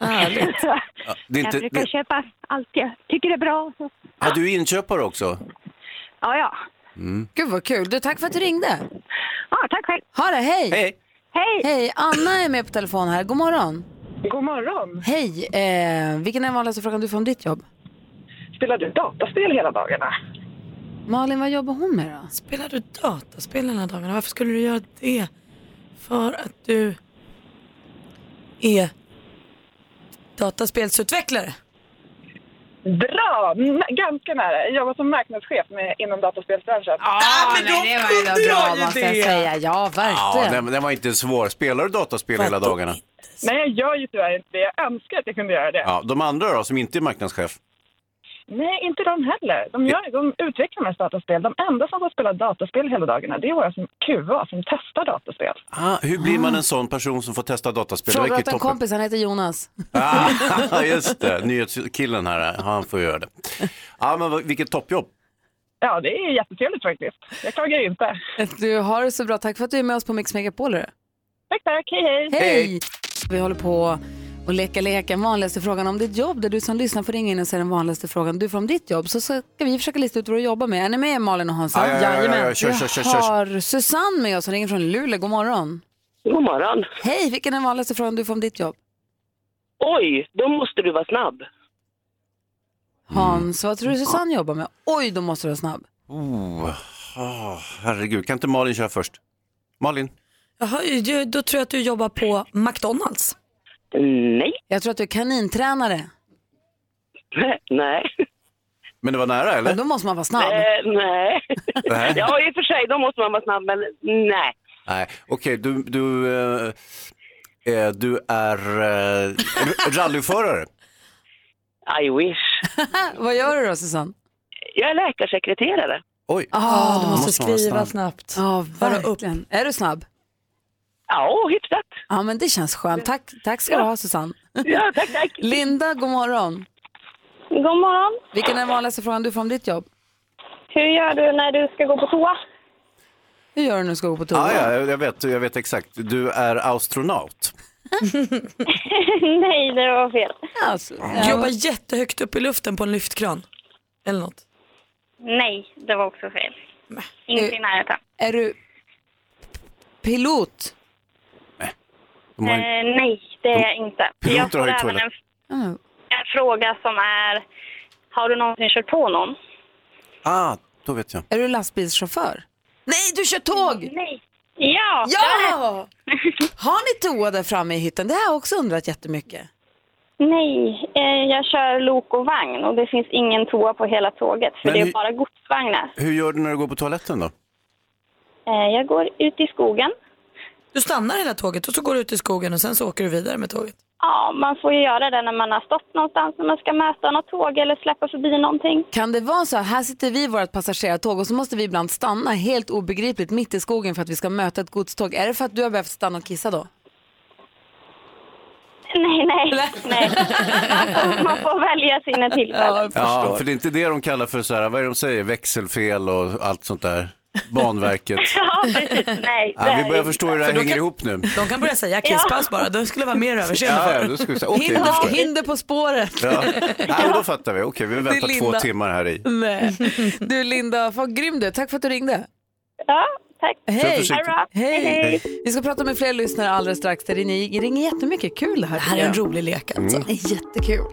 Speaker 2: Härligt.
Speaker 3: Ja, det är
Speaker 10: jag
Speaker 3: inte,
Speaker 10: brukar
Speaker 3: det,
Speaker 10: köpa allt jag tycker det är bra.
Speaker 3: ah, du är inköpare också?
Speaker 10: Ja, ja.
Speaker 3: Mm.
Speaker 1: Gud vad kul. Du, tack för att du ringde.
Speaker 10: Ja, tack själv.
Speaker 1: Ha det, hej.
Speaker 3: Hej.
Speaker 1: Hej. Anna är med på telefon här. God morgon.
Speaker 14: God morgon.
Speaker 1: Hej. Eh, vilken är den vanligaste frågan du får om ditt jobb?
Speaker 14: Spelar du dataspel hela dagarna?
Speaker 1: Malin, vad jobbar hon med då?
Speaker 2: Spelar du dataspel den här dagen? Varför skulle du göra det? För att du är dataspelsutvecklare.
Speaker 14: Bra! M- ganska nära. Jag jobbar som marknadschef med, inom dataspelsbranschen.
Speaker 1: Ah, men nej, det var ju bra, måste jag säga. Ja,
Speaker 3: Ja,
Speaker 1: verkligen.
Speaker 3: den, den var inte svår. Spelar du dataspel hela dagarna?
Speaker 14: Nej, jag gör ju tyvärr inte det. Jag önskar att jag kunde göra det.
Speaker 3: Ja, de andra då, som inte är marknadschef?
Speaker 14: Nej, inte de heller. De, gör, de utvecklar mest dataspel. De enda som får spela dataspel hela dagarna, det är våra som QA som testar dataspel.
Speaker 3: Ah, hur blir man en sån person som får testa dataspel?
Speaker 1: Frågar
Speaker 3: verkar ju
Speaker 1: åt en
Speaker 3: toppen.
Speaker 1: kompis, han heter Jonas.
Speaker 3: Ah, just det, nyhetskillen här, han får göra det. Ja, men vad- vilket toppjobb.
Speaker 14: Ja, det är jättetrevligt faktiskt. Jag klagar inte.
Speaker 1: Du har det så bra. Tack för att du är med oss på Mix Megapol. du.
Speaker 14: Tack, tack. Hej, hej.
Speaker 1: Hej! Vi håller på och leka leken vanligaste frågan om ditt jobb där du som lyssnar får ringa in och säga den vanligaste frågan du får om ditt jobb så ska vi försöka lista ut vad du jobbar med. Är ni med Malin och Hansa?
Speaker 15: Ja, ja, ja, ja, ja. Kör, kör, kör,
Speaker 1: Vi
Speaker 15: kör.
Speaker 1: har Susanne med oss som ringer från Luleå. God morgon!
Speaker 15: God morgon.
Speaker 1: Hej! Vilken är den vanligaste frågan du får om ditt jobb?
Speaker 15: Oj, då måste du vara snabb.
Speaker 1: Hans, vad tror du Susanne jobbar med? Oj, då måste du vara snabb.
Speaker 3: Oh, ah, herregud, kan inte Malin köra först? Malin?
Speaker 2: Jaha, ju- då tror jag att du jobbar på McDonalds.
Speaker 3: Nej.
Speaker 1: Jag tror att du är kanintränare.
Speaker 15: Nej.
Speaker 3: Men det var nära, eller?
Speaker 1: Men då måste man vara snabb.
Speaker 15: Eh, nej.
Speaker 3: Nej.
Speaker 15: ja, i och för sig, då måste man vara snabb, men nej.
Speaker 3: Nej, okej, du, du, eh, eh, du är eh, r- rallyförare.
Speaker 15: I wish.
Speaker 1: vad gör du då Susanne?
Speaker 15: Jag är läkarsekreterare.
Speaker 3: Oj.
Speaker 1: Ah, du måste,
Speaker 15: Måste man vara
Speaker 1: skriva
Speaker 15: snabb.
Speaker 1: snabbt. Ja, verkligen. Är du snabb?
Speaker 15: Ja, hyfsat.
Speaker 1: Ja, men det känns skönt. Tack, tack ska du ha Susanne.
Speaker 15: Ja, tack, tack.
Speaker 1: Linda, god morgon.
Speaker 10: God morgon.
Speaker 1: Vilken är den vanligaste frågan du får om ditt jobb?
Speaker 10: Hur gör du när du ska gå på toa?
Speaker 1: Hur gör du när du ska gå på toa?
Speaker 3: Ah, ja, jag vet, jag vet exakt. Du är astronaut.
Speaker 10: Nej, det var fel.
Speaker 1: Alltså,
Speaker 2: Jobbar jättehögt upp i luften på en lyftkran. Eller något.
Speaker 16: Nej, det var också fel. Inte i närheten.
Speaker 1: Är du pilot?
Speaker 16: Eh, nej, det är jag inte.
Speaker 1: Piloter
Speaker 16: Jag får
Speaker 1: har ju
Speaker 16: även
Speaker 1: toalett.
Speaker 16: en, en fråga som är, har du någonsin kört på någon?
Speaker 3: Ah, då vet jag.
Speaker 1: Är du lastbilschaufför? Nej, du kör tåg!
Speaker 16: Nej. Ja!
Speaker 1: ja! Har ni toa där framme i hytten? Det har jag också undrat jättemycket.
Speaker 16: Nej, eh, jag kör lok och vagn och det finns ingen toa på hela tåget för
Speaker 3: Men
Speaker 16: det är
Speaker 3: hur-
Speaker 16: bara godsvagnar.
Speaker 3: Hur gör du när du går på toaletten då?
Speaker 16: Eh, jag går ut i skogen.
Speaker 2: Du stannar hela tåget och så går du ut i skogen och sen så åker du vidare med tåget.
Speaker 16: Ja, man får ju göra det när man har stått någonstans, när man ska möta något tåg eller släppa förbi någonting.
Speaker 1: Kan det vara så här, här sitter vi i vårt passagerartåg och så måste vi ibland stanna helt obegripligt mitt i skogen för att vi ska möta ett godståg. Är det för att du har behövt stanna och kissa då?
Speaker 16: Nej, nej, nej. man får välja sina tillfällen.
Speaker 3: Ja, för det är inte det de kallar för så här, vad är det de säger, växelfel och allt sånt där. Banverket.
Speaker 16: Ja, precis. Nej, det
Speaker 3: Ja, vi
Speaker 16: är
Speaker 3: börjar
Speaker 16: inte.
Speaker 3: förstå hur det här
Speaker 2: För då
Speaker 3: hänger
Speaker 2: kan-
Speaker 3: ihop nu.
Speaker 2: De kan börja säga kisspaus bara, det skulle vara mer överseende
Speaker 3: Ja,
Speaker 2: för.
Speaker 3: ja, då skulle vi säga, okej, då
Speaker 1: hinder,
Speaker 3: förstår jag.
Speaker 1: hinder på spåret.
Speaker 3: Ja. Ja, men då fattar vi. Okej, vi
Speaker 1: Det är
Speaker 3: väntar två
Speaker 1: Linda.
Speaker 3: timmar här i.
Speaker 1: Nej. Du Linda, vad grym du är. Tack för att du ringde.
Speaker 16: Ja, tack.
Speaker 3: Kör
Speaker 1: Hej.
Speaker 3: försiktigt. Ha det bra.
Speaker 1: Hej.
Speaker 3: Hej, hej.
Speaker 1: Vi ska prata med fler lyssnare alldeles strax. Det ringer, ringer jättemycket. Kul det här. Det
Speaker 2: här är en rolig lek alltså.
Speaker 3: Mm.
Speaker 1: Det är jättekul.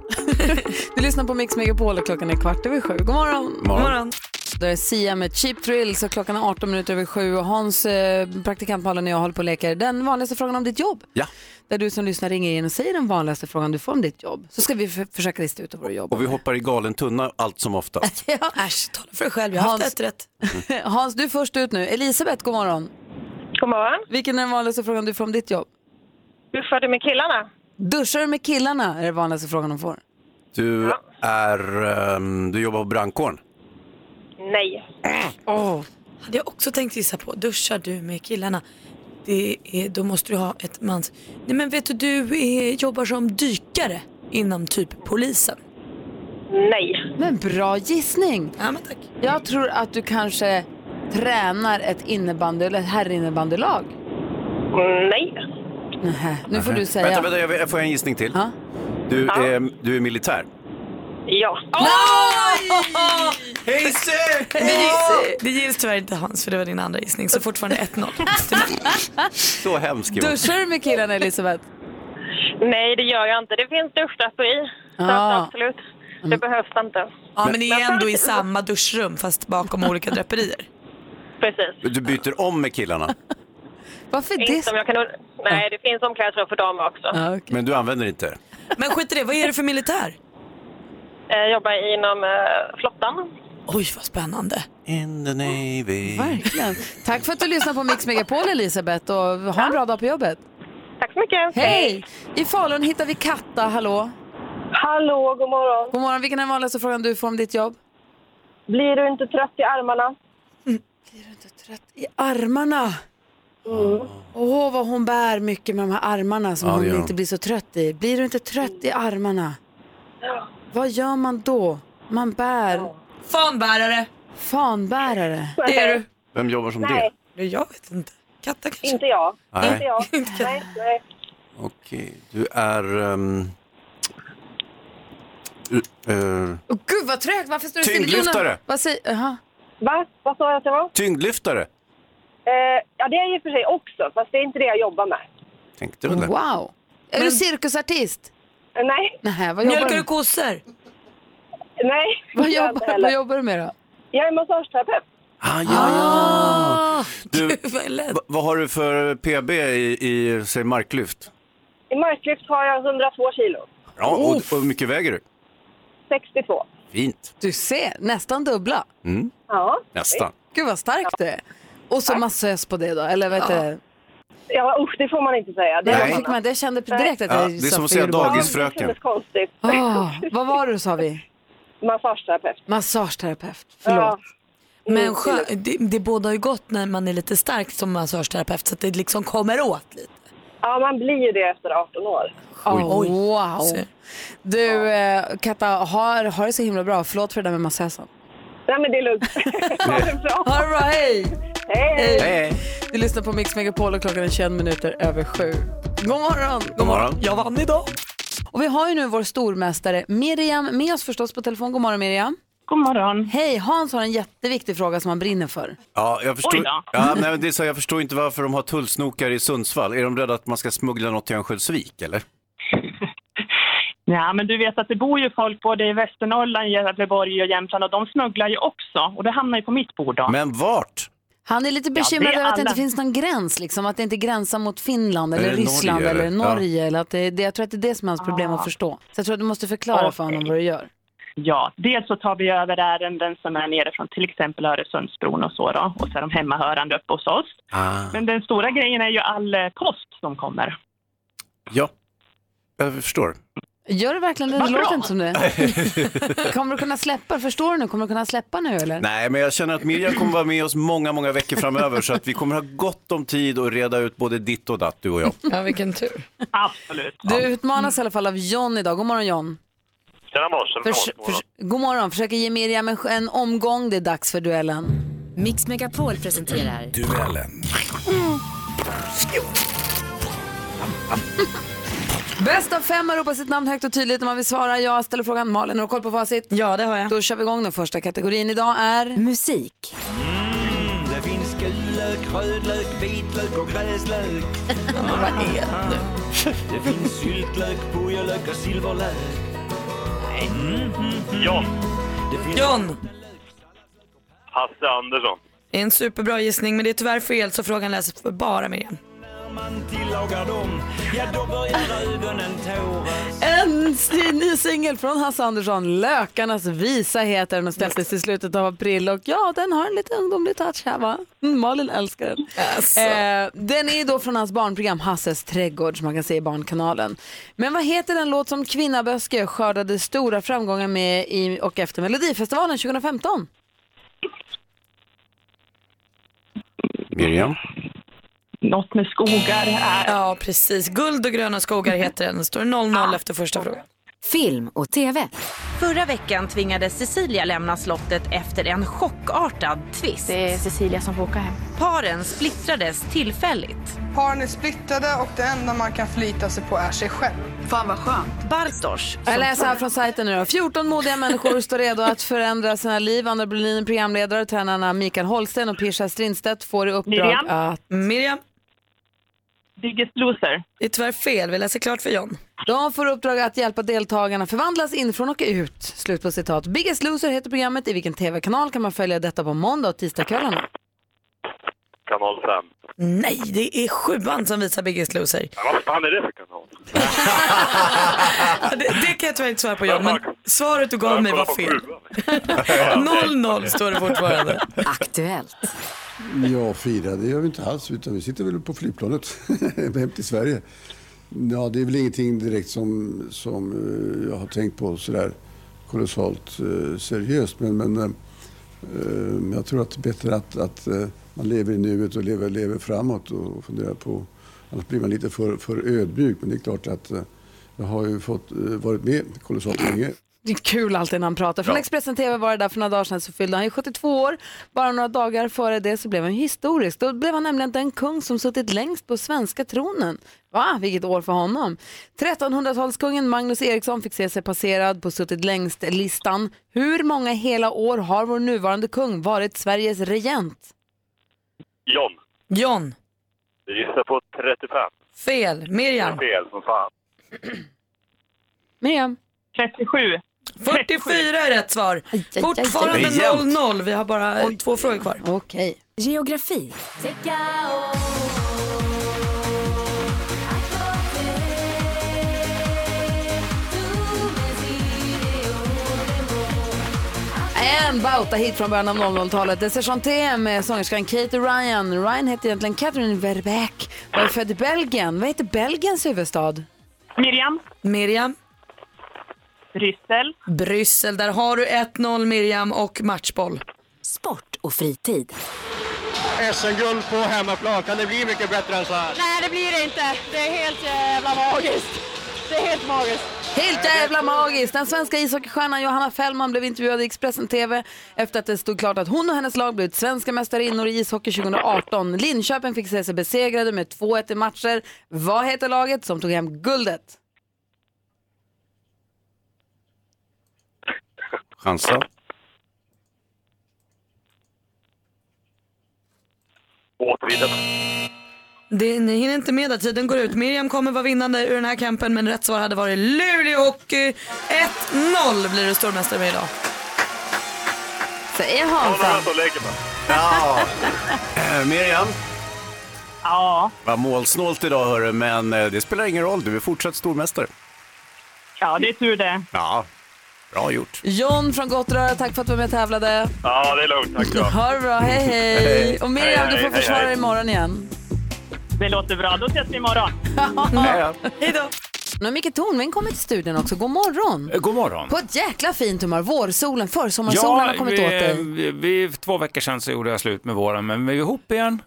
Speaker 1: du lyssnar på Mix Megapol och klockan är kvart över sju. God morgon.
Speaker 2: God morgon.
Speaker 1: Då är Sia med Cheap Thrills och klockan är 18 minuter över sju och Hans, eh, praktikant Malin och jag håller på och leker den vanligaste frågan om ditt jobb.
Speaker 3: Ja.
Speaker 1: Där du som lyssnar ringer in och säger den vanligaste frågan du får om ditt jobb. Så ska vi f- försöka lista ut våra jobb.
Speaker 3: Och vi hoppar i galen tunna allt som oftast.
Speaker 1: Ja.
Speaker 2: Äsch, tala för dig själv. Jag har haft ett rätt.
Speaker 1: Hans, du är först ut nu. Elisabeth, god morgon.
Speaker 10: God morgon.
Speaker 1: Vilken är den vanligaste frågan du får om ditt jobb?
Speaker 10: Duschar du med killarna?
Speaker 1: Duschar du med killarna är den vanligaste frågan de får.
Speaker 3: Du är, ehm, du jobbar på brandkåren.
Speaker 10: Nej.
Speaker 1: Oh.
Speaker 2: Hade jag också tänkt gissa på. Duschar du med killarna? Det är, då måste du ha ett mans... Nej men vet du, du är, jobbar som dykare inom typ polisen.
Speaker 10: Nej.
Speaker 1: Men bra gissning.
Speaker 2: Ja, men tack.
Speaker 1: Jag tror att du kanske tränar ett innebandy eller ett herrinnebandylag.
Speaker 10: Nej.
Speaker 1: Nähä, nu får
Speaker 3: Nej.
Speaker 1: du säga.
Speaker 3: Vänta, vänta, jag vill- jag får en gissning till. Du, är, du är militär.
Speaker 10: Ja.
Speaker 3: Hej
Speaker 2: Det, giss, det gills tyvärr inte Hans för det var din andra gissning så fortfarande 1-0.
Speaker 3: Så hemsk är hon.
Speaker 1: Duschar du med killarna Elisabeth?
Speaker 10: Nej, det gör jag inte. Det finns duschdraperi. Så
Speaker 2: Ah.
Speaker 10: att absolut. Det behövs inte.
Speaker 2: Ja men ni är ändå i samma duschrum fast bakom olika draperier.
Speaker 10: Precis.
Speaker 3: Du byter om med killarna,
Speaker 1: Varför
Speaker 10: det? Som jag kan... und- Nej, det finns omklädningsrum för damer också.
Speaker 3: men du använder inte det.
Speaker 2: Men skit i det, vad är du för militär?
Speaker 10: Eh, Jag jobbar inom eh, flottan.
Speaker 2: Oj vad spännande.
Speaker 3: In the Navy.
Speaker 1: Verkligen. Tack för att du lyssnar på Mix Megapol Elisabeth och ha en bra dag på jobbet.
Speaker 10: Tack så mycket.
Speaker 1: Hej! I Falun hittar vi Katta, hallå?
Speaker 10: Hallå, god morgon.
Speaker 1: God morgon, vilken är den vanligaste frågan du får om ditt jobb?
Speaker 10: Blir du inte trött i armarna?
Speaker 1: I armarna. Åh,
Speaker 10: Mm.
Speaker 1: vad hon bär mycket med de här armarna som
Speaker 17: Ja, det
Speaker 1: hon
Speaker 17: gör hon.
Speaker 1: inte blir så trött i. Blir du inte trött i armarna? Vad gör man då? Man bär...
Speaker 2: Fanbärare!
Speaker 1: Fanbärare.
Speaker 2: Det är du.
Speaker 3: Vem jobbar som
Speaker 10: Nej.
Speaker 2: det? Jag vet inte. Katta kanske?
Speaker 10: Inte jag.
Speaker 3: Nej.
Speaker 10: Inte jag. nej, nej.
Speaker 3: det? Okej, du är... ehm, u- eh,
Speaker 1: Åh, Gud vad trögt, varför står det still?
Speaker 3: Tyngdlyftare.
Speaker 1: Jonas, Vad säger... Aha.
Speaker 10: Va? Vad sa jag att det var?
Speaker 3: tyngdlyftare,
Speaker 10: Eh, ja, det är ju för sig också, fast det är inte det jag jobbar med.
Speaker 3: tänkte väl det.
Speaker 1: Wow. Är du cirkusartist?
Speaker 10: Eh, Nej.
Speaker 1: Nej, vad jobbar du med?
Speaker 2: kossor?
Speaker 10: Nej,
Speaker 1: Vad
Speaker 10: det gör jag inte
Speaker 1: jobbar,
Speaker 10: heller.
Speaker 1: vad jobbar du med då?
Speaker 10: Jag är Ah. massageterapeut.
Speaker 3: Ah, ja, ja. Du,
Speaker 2: vad,
Speaker 3: va- vad har du för PB i, i säg marklyft?
Speaker 10: I marklyft har jag 102 kilo.
Speaker 3: Ja, och, och hur mycket väger du?
Speaker 10: 62.
Speaker 3: Fint.
Speaker 1: Du ser, nästan dubbla.
Speaker 3: Mm.
Speaker 10: Ja.
Speaker 3: Nästan.
Speaker 1: Gud vad starkt det är. Och så massös på det då, eller vet du?
Speaker 10: Ja, usch, det får man inte säga. Det
Speaker 1: Nej,
Speaker 10: är
Speaker 1: det fick man, det kände direkt att
Speaker 3: Ja,
Speaker 1: jag
Speaker 3: det är som att
Speaker 1: sa fel
Speaker 3: säga
Speaker 1: ord bara.
Speaker 10: Det
Speaker 3: dagisfröken.
Speaker 10: kändes konstigt.
Speaker 1: Ah, vad var du sa vi?
Speaker 10: Massageterapeut.
Speaker 1: Massageterapeut, förlåt.
Speaker 2: Men skö- det, det båda ju gott när man är lite stark som massörs-terapeut så att det liksom kommer åt lite.
Speaker 10: Ja, man blir ju det efter 18 år.
Speaker 1: Ah, wow. Du, eh, Katta, har, har det så himla bra. Förlåt för det där med massösen.
Speaker 10: Nej, men det är lugnt. ha det bra.
Speaker 1: Ha det bra, hej!
Speaker 10: Hej!
Speaker 1: Du lyssnar på Mix Megapol och klockan är 21 minuter över sju. God morgon!
Speaker 2: God morgon. Jag vann idag.
Speaker 1: Och vi har ju nu vår stormästare Miriam med oss förstås på telefon. God morgon Miriam. God morgon. Hej, Hans har en jätteviktig fråga som han brinner för.
Speaker 3: Ja, jag förstår,
Speaker 1: Oj då.
Speaker 3: ja, nej, men det är så, här, jag förstår inte varför de har tullsnokar i Sundsvall. Är de rädda att man ska smuggla något till Örnsköldsvik eller?
Speaker 4: Ja, men du vet att det bor ju folk både i Västernorrland, Gävleborg och Jämtland och de smugglar ju också och det hamnar ju på mitt bord då.
Speaker 3: Men vart?
Speaker 1: Han är lite
Speaker 4: Ja, det är
Speaker 1: bekymrad över att det
Speaker 4: alla.
Speaker 1: inte finns någon gräns, liksom, att det inte gränsar mot Finland eller,
Speaker 3: Eller
Speaker 1: Ryssland
Speaker 3: Norge,
Speaker 1: eller
Speaker 3: eller?
Speaker 1: Norge. Eller att det, det, jag tror att det är det som är hans problem
Speaker 4: Ah.
Speaker 1: att förstå. Så jag tror att du måste förklara för honom vad du gör.
Speaker 4: Ja, dels så tar vi över ärenden som är nere från till exempel Öresundsbron och så då och så är de hemmahörande uppe hos oss.
Speaker 1: Ah.
Speaker 3: Ah.
Speaker 4: Men den stora grejen är ju all eh, post som kommer.
Speaker 3: Ja, jag förstår.
Speaker 1: Gör du verkligen det? Det
Speaker 4: Vad bra.
Speaker 1: låter inte som det. Kommer du kunna släppa? Förstår du nu? Kommer du kunna släppa nu eller?
Speaker 3: Nej, men jag känner att Mirja kommer vara med oss många, många veckor framöver så att vi kommer ha gott om tid att reda ut både ditt och datt, du och jag.
Speaker 1: Ja, vilken tur.
Speaker 4: Absolut.
Speaker 1: Du utmanas i alla fall av John idag. God morgon John.
Speaker 5: Tjena morse.
Speaker 1: Förs- förs- God morgon. Försöker ge Miriam en, ch- en omgång. Det är dags för duellen. Mix Megapol presenterar
Speaker 11: Duellen.
Speaker 1: Bäst av fem har ropat sitt namn högt och tydligt om man vill svara. Jag ställer frågan. Malin, har du koll på facit? Ja, det har jag. Då kör vi igång den första kategorin idag är... Musik.
Speaker 17: Mm, det finns gullök, rödlök, vitlök och gräslök.
Speaker 1: Vad är
Speaker 17: det? Det finns syltlök, bojalök och silverlök.
Speaker 5: John.
Speaker 2: John,
Speaker 5: Hasse Andersson.
Speaker 2: det är en superbra gissning men det är tyvärr fel så frågan läses för bara E. Miriam.
Speaker 17: Tillagar dem, ja då börjar ögonen tåras.
Speaker 1: En s- ny singel från Hasse Andersson, Lökarnas visa heter den och släpptes i slutet av april och ja, den har en lite ungdomlig touch här va? Mm, Malin älskar den. Eh, den är då från hans barnprogram Hasses trädgård som man kan se i Barnkanalen. Men vad heter den låt som Kvinnaböske skördade stora framgångar med i och efter Melodifestivalen 2015?
Speaker 3: Miriam?
Speaker 4: Något med skogar är...
Speaker 2: Ja precis, Guld och gröna skogar heter den. Det står 0-0 efter första frågan.
Speaker 11: Film och TV.
Speaker 18: Förra veckan tvingades Cecilia lämna slottet efter en chockartad tvist. Det är Cecilia som får åka hem. Paren splittrades tillfälligt.
Speaker 19: Paren är splittrade och det enda man kan förlita sig på är sig själv. Fan vad skönt.
Speaker 18: Bartosz.
Speaker 1: Jag läser här från sajten nu då. 14 modiga människor står redo att förändra sina liv. Andra Brolin, programledare, tränarna Mikael Holsten och Pirsa Strindstedt får i uppdrag
Speaker 2: Miriam?
Speaker 1: att...
Speaker 2: Miriam?
Speaker 4: Biggest loser.
Speaker 2: Det är tyvärr fel, vi läser klart för John.
Speaker 1: De får i uppdrag att hjälpa deltagarna förvandlas inifrån och ut. Slut på citat. Biggest Loser heter programmet. I vilken tv-kanal kan man följa detta på måndag och tisdagskvällarna?
Speaker 5: Kanal 5.
Speaker 2: Nej, det är sjuan som visar Biggest Loser.
Speaker 5: Ja, vad fan är det för kanal?
Speaker 2: Ja, det, det kan jag tyvärr inte svara på John, men svaret du gav mig var fel. 0-0 står det fortfarande.
Speaker 11: Aktuellt.
Speaker 20: Ja, fira det gör vi inte alls utan vi sitter väl på flygplanet hem till Sverige. Ja, det är väl ingenting direkt som, som eh, jag har tänkt på sådär kolossalt eh, seriöst men, men eh, eh, jag tror att det är bättre att, att eh, man lever i nuet och lever, lever framåt och funderar på annars blir man lite för, för ödmjuk men det är klart att eh, jag har ju fått, eh, varit med kolossalt länge.
Speaker 1: Det är kul alltid när han pratar. Från
Speaker 20: Ja.
Speaker 1: Expressen TV var det där för några dagar sedan så fyllde han ju 72 år. Bara några dagar före det så blev han historisk. Då blev han nämligen den kung som suttit längst på svenska tronen. Va, vilket år för honom. 1300-talskungen Magnus Eriksson fick se sig passerad på suttit längst-listan. Hur många hela år har vår nuvarande kung varit Sveriges regent?
Speaker 5: John.
Speaker 2: John,
Speaker 5: Jag gissar på 35.
Speaker 2: fel.
Speaker 5: Det
Speaker 2: Miriam?
Speaker 5: är fel som fan.
Speaker 1: Miriam?
Speaker 4: 37.
Speaker 2: 44 är rätt svar.
Speaker 11: aj,
Speaker 2: Fortfarande
Speaker 11: aj. Det är jämnt.
Speaker 2: 0-0, vi har bara eh, två frågor kvar.
Speaker 1: Okej.
Speaker 11: Geografi.
Speaker 1: En bauta-hit från början av 00-talet. Deserchanté med sångerskan Kate Ryan. Ryan hette egentligen Catherine Verbeck och är född i Belgien. Vad heter Belgiens huvudstad?
Speaker 4: Miriam?
Speaker 2: Miriam?
Speaker 4: Bryssel.
Speaker 2: Bryssel, där har du 1-0 Miriam och matchboll.
Speaker 11: Sport och fritid.
Speaker 21: SM-guld på hemmaplan, kan det bli mycket bättre än så här?
Speaker 22: Nej, det blir det inte. Det är helt jävla magiskt. Det är helt magiskt.
Speaker 1: Helt jävla magiskt! Den svenska ishockeystjärnan Johanna Fällman blev intervjuad i Expressen TV efter att det stod klart att hon och hennes lag blivit svenska mästarinnor i ishockey 2018. Linköping fick se sig besegrade med 2-1 i matcher. Vad heter laget som tog hem guldet?
Speaker 3: Chansa?
Speaker 2: Det, ni hinner inte med där, tiden går ut. Miriam kommer vara vinnande ur den här kampen men rätt svar hade varit Luleå Hockey. 1-0 blir du stormästare med idag.
Speaker 1: Säger
Speaker 5: Håll
Speaker 1: Hansa.
Speaker 5: och lägger mig.
Speaker 3: Ja. Eh, Miriam,
Speaker 4: Ja,
Speaker 3: vad målsnålt idag hörru, men eh, det spelar ingen roll, du är fortsatt stormästare.
Speaker 4: ja det är tur det.
Speaker 3: Ja, bra gjort.
Speaker 1: John från Gottröra, tack för att du var med och tävlade.
Speaker 5: Ja, det är lugnt. Tack ska du
Speaker 1: Ha det bra, hej hej.
Speaker 5: Hej.
Speaker 1: Och Miriam,
Speaker 4: Hej,
Speaker 1: du får
Speaker 4: hej, hej,
Speaker 1: försvara dig
Speaker 4: hej.
Speaker 1: imorgon igen.
Speaker 4: Det låter bra. Då ses vi imorgon.
Speaker 1: Hej då. Nu har Micke Tornving kommit till studion också. God morgon.
Speaker 7: God morgon.
Speaker 1: På ett jäkla fint humör. Vårsolen, försommarsolen har kommit
Speaker 7: vi,
Speaker 1: åt dig.
Speaker 7: Vi, vi, två veckor sedan så gjorde jag slut med våren, men vi är ihop igen.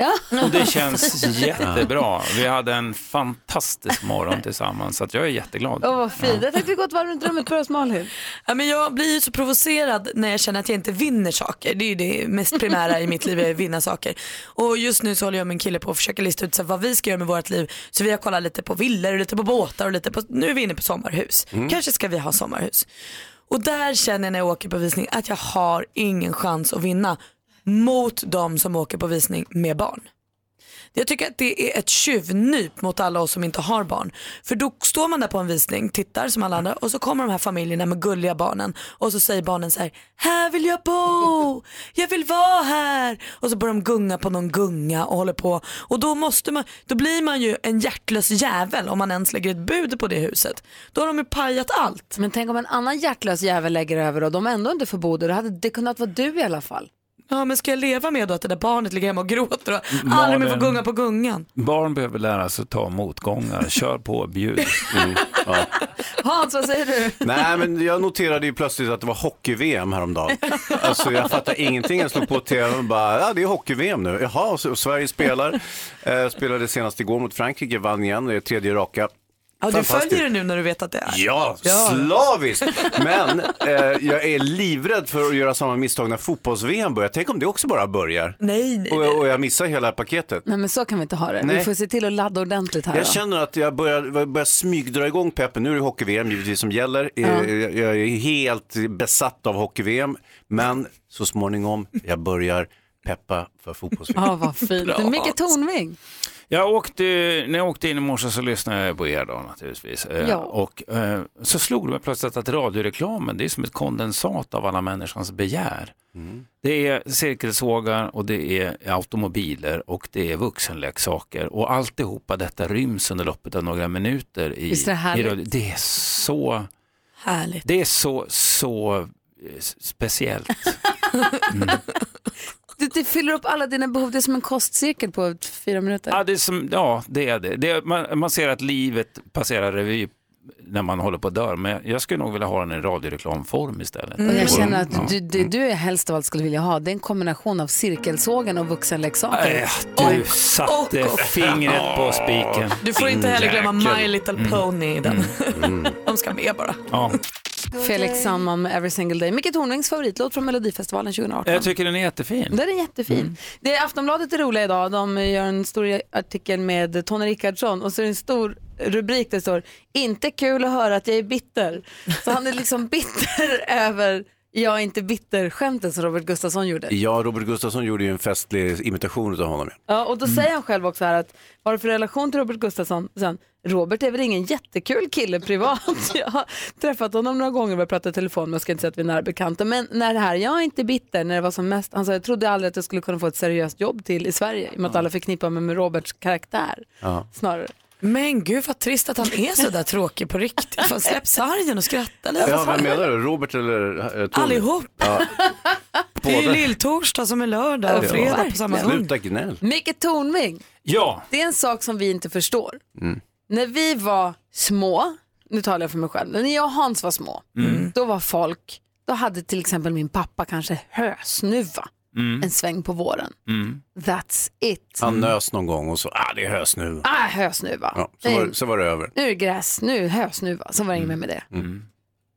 Speaker 7: Och det känns jättebra. Vi hade en fantastisk morgon tillsammans, så att jag är jätteglad.
Speaker 1: Åh, vad fint. Jag tänkte vi går ett varv runt rummet. Börja hos Malin.
Speaker 2: Ja, men jag blir ju så provocerad när jag känner att jag inte vinner saker. Det är ju det mest primära i mitt liv, är att vinna saker. Och just nu så håller jag och min kille på att försöka lista ut så här, vad vi ska göra med vårt liv. Så vi har kollat lite på villor och lite på båtar och lite på, nu är vi inne på sommarhus.
Speaker 8: Mm.
Speaker 2: Kanske ska vi ha sommarhus. Och där känner jag när jag åker på visning att jag har ingen chans att vinna mot de som åker på visning med barn. Jag tycker att det är ett tjuvnyp mot alla oss som inte har barn. För då står man där på en visning, tittar som alla andra och så kommer de här familjerna med gulliga barnen och så säger barnen så här, här vill jag bo, jag vill vara här. Och så börjar de gunga på någon gunga och håller på. Och då, måste man, då blir man ju en hjärtlös jävel om man ens lägger ett bud på det huset. Då har de ju pajat allt.
Speaker 1: Men tänk om en annan hjärtlös jävel lägger över och de ändå inte får bo där. Då hade det kunnat vara du i alla fall.
Speaker 2: Ja men ska jag leva med då att det där barnet ligger hemma och gråter och
Speaker 7: Mm,
Speaker 2: aldrig mer får
Speaker 7: Malin.
Speaker 2: gunga på gungan?
Speaker 7: Barn behöver lära sig att ta motgångar. Kör på, bjud.
Speaker 3: Mm,
Speaker 7: Ja.
Speaker 1: Hans, vad säger du?
Speaker 3: Nej, men jag noterade ju plötsligt att det var hockey-VM häromdagen. Alltså jag fattar ingenting. Jag slog på tv och bara, ja det är hockey-VM nu. Jaha, så Sverige spelar. Eh, spelade senast igår mot Frankrike, vann igen, det är tredje raka.
Speaker 2: Ja, du
Speaker 3: Fantastiskt.
Speaker 2: följer det nu när du vet att det är.
Speaker 3: Ja,
Speaker 2: Ja.
Speaker 3: slaviskt. Men eh, jag är livrädd för att göra samma misstag när fotbolls-VM börjar. Tänk om det också bara börjar.
Speaker 2: Nej, nej.
Speaker 3: Och, och jag missar hela paketet.
Speaker 1: Nej men så kan vi inte ha det. Vi
Speaker 3: Nej.
Speaker 1: får se till att ladda ordentligt här.
Speaker 3: Jag
Speaker 1: då.
Speaker 3: känner att jag börjar, börjar smygdra igång peppen. Nu är det hockey-VM givetvis som gäller. Eh,
Speaker 1: Ja.
Speaker 3: Jag jag är helt besatt av hockey-VM. Men så småningom, jag börjar peppa för fotbolls
Speaker 1: Ja, vad fint.
Speaker 7: Bra.
Speaker 1: Micke Tornving.
Speaker 7: Jag åkte, när jag åkte in i morse så lyssnade jag på er då naturligtvis. Eh,
Speaker 1: Ja.
Speaker 7: Och eh, så slog det mig plötsligt att radioreklamen det är som ett kondensat av alla människans begär. Det är cirkelsågar och det är automobiler och det är vuxenleksaker och alltihopa detta ryms under loppet av några minuter. I,
Speaker 1: Visst är det härligt?
Speaker 7: i radio. Det är så,
Speaker 2: Härligt.
Speaker 7: det är så, så eh, s- speciellt.
Speaker 1: Du, du fyller upp alla dina behov. Det är som en kostcirkel på ett- fyra minuter.
Speaker 7: Ja, det är, som, ja, det, är det. det är, man, man ser att livet passerar revy när man håller på att dör, men jag skulle nog vilja ha den i radioreklamform istället.
Speaker 1: Och Mm, jag känner
Speaker 7: Ja.
Speaker 1: att du, det du är helst av allt skulle vilja ha, det är en kombination av cirkelsågen och vuxenleksaker.
Speaker 7: Äh, du satte fingret på spiken.
Speaker 2: Du får inte heller glömma
Speaker 7: Din jäkel.
Speaker 2: My Little
Speaker 7: Mm.
Speaker 2: Pony i den. De ska med bara.
Speaker 7: Ja.
Speaker 1: Felix Sandman med Every Single Day. Micke Tornvings favoritlåt från Melodifestivalen 2018.
Speaker 7: Jag tycker Mm. den är jättefin.
Speaker 1: Den är jättefin. Det är Aftonbladet är roliga idag. De gör en stor artikel med Tony Rickardsson och så är det en stor rubrik där det står “Inte kul att höra att jag är bitter”. Så han är liksom bitter över “Jag är inte bitter”-skämtet som Robert Gustafsson gjorde.
Speaker 3: Ja, Robert Gustafsson gjorde ju en festlig imitation av honom.
Speaker 1: Ja, och då
Speaker 2: Mm.
Speaker 1: säger han själv också här att vad har du för relation till Robert Gustafsson? Sen, Robert är väl ingen jättekul kille privat. Jag har träffat honom några gånger och börjat prata i telefon men jag ska inte säga att vi är nära bekanta. Men när det här, jag är inte bitter, när det var som mest, han sa jag trodde aldrig att jag skulle kunna få ett seriöst jobb till i Sverige i och med att alla förknippar mig med Roberts karaktär
Speaker 3: Ja.
Speaker 1: snarare.
Speaker 2: Men gud vad trist att han är så där tråkig på riktigt. Fan, släpp sargen och skratta lite.
Speaker 3: Ja, vem menar du? Robert eller eh, Tony?
Speaker 2: Allihop.
Speaker 3: Ja.
Speaker 2: Det är ju
Speaker 3: Båda.
Speaker 2: lilltorsdag som är lördag och
Speaker 3: Ja.
Speaker 2: fredag på samma gång.
Speaker 3: Sluta gnäll.
Speaker 1: Micke Tornving,
Speaker 7: Ja.
Speaker 1: det är en sak som vi inte förstår.
Speaker 3: Mm.
Speaker 1: När vi var små, nu talar jag för mig själv, när jag och Hans var små,
Speaker 3: Mm.
Speaker 1: då var folk, då hade till exempel min pappa kanske hösnuva
Speaker 3: Mm.
Speaker 1: en sväng på våren.
Speaker 7: Mm.
Speaker 1: That's it.
Speaker 3: Han nös någon gång och så, Mm. ah det är hös nu.
Speaker 1: Ah, hösnuva.
Speaker 3: Ja, så, var, så var det över.
Speaker 1: Nu är det gräs, nu är det hösnuva. Så var det inget mer med det.
Speaker 3: Mm.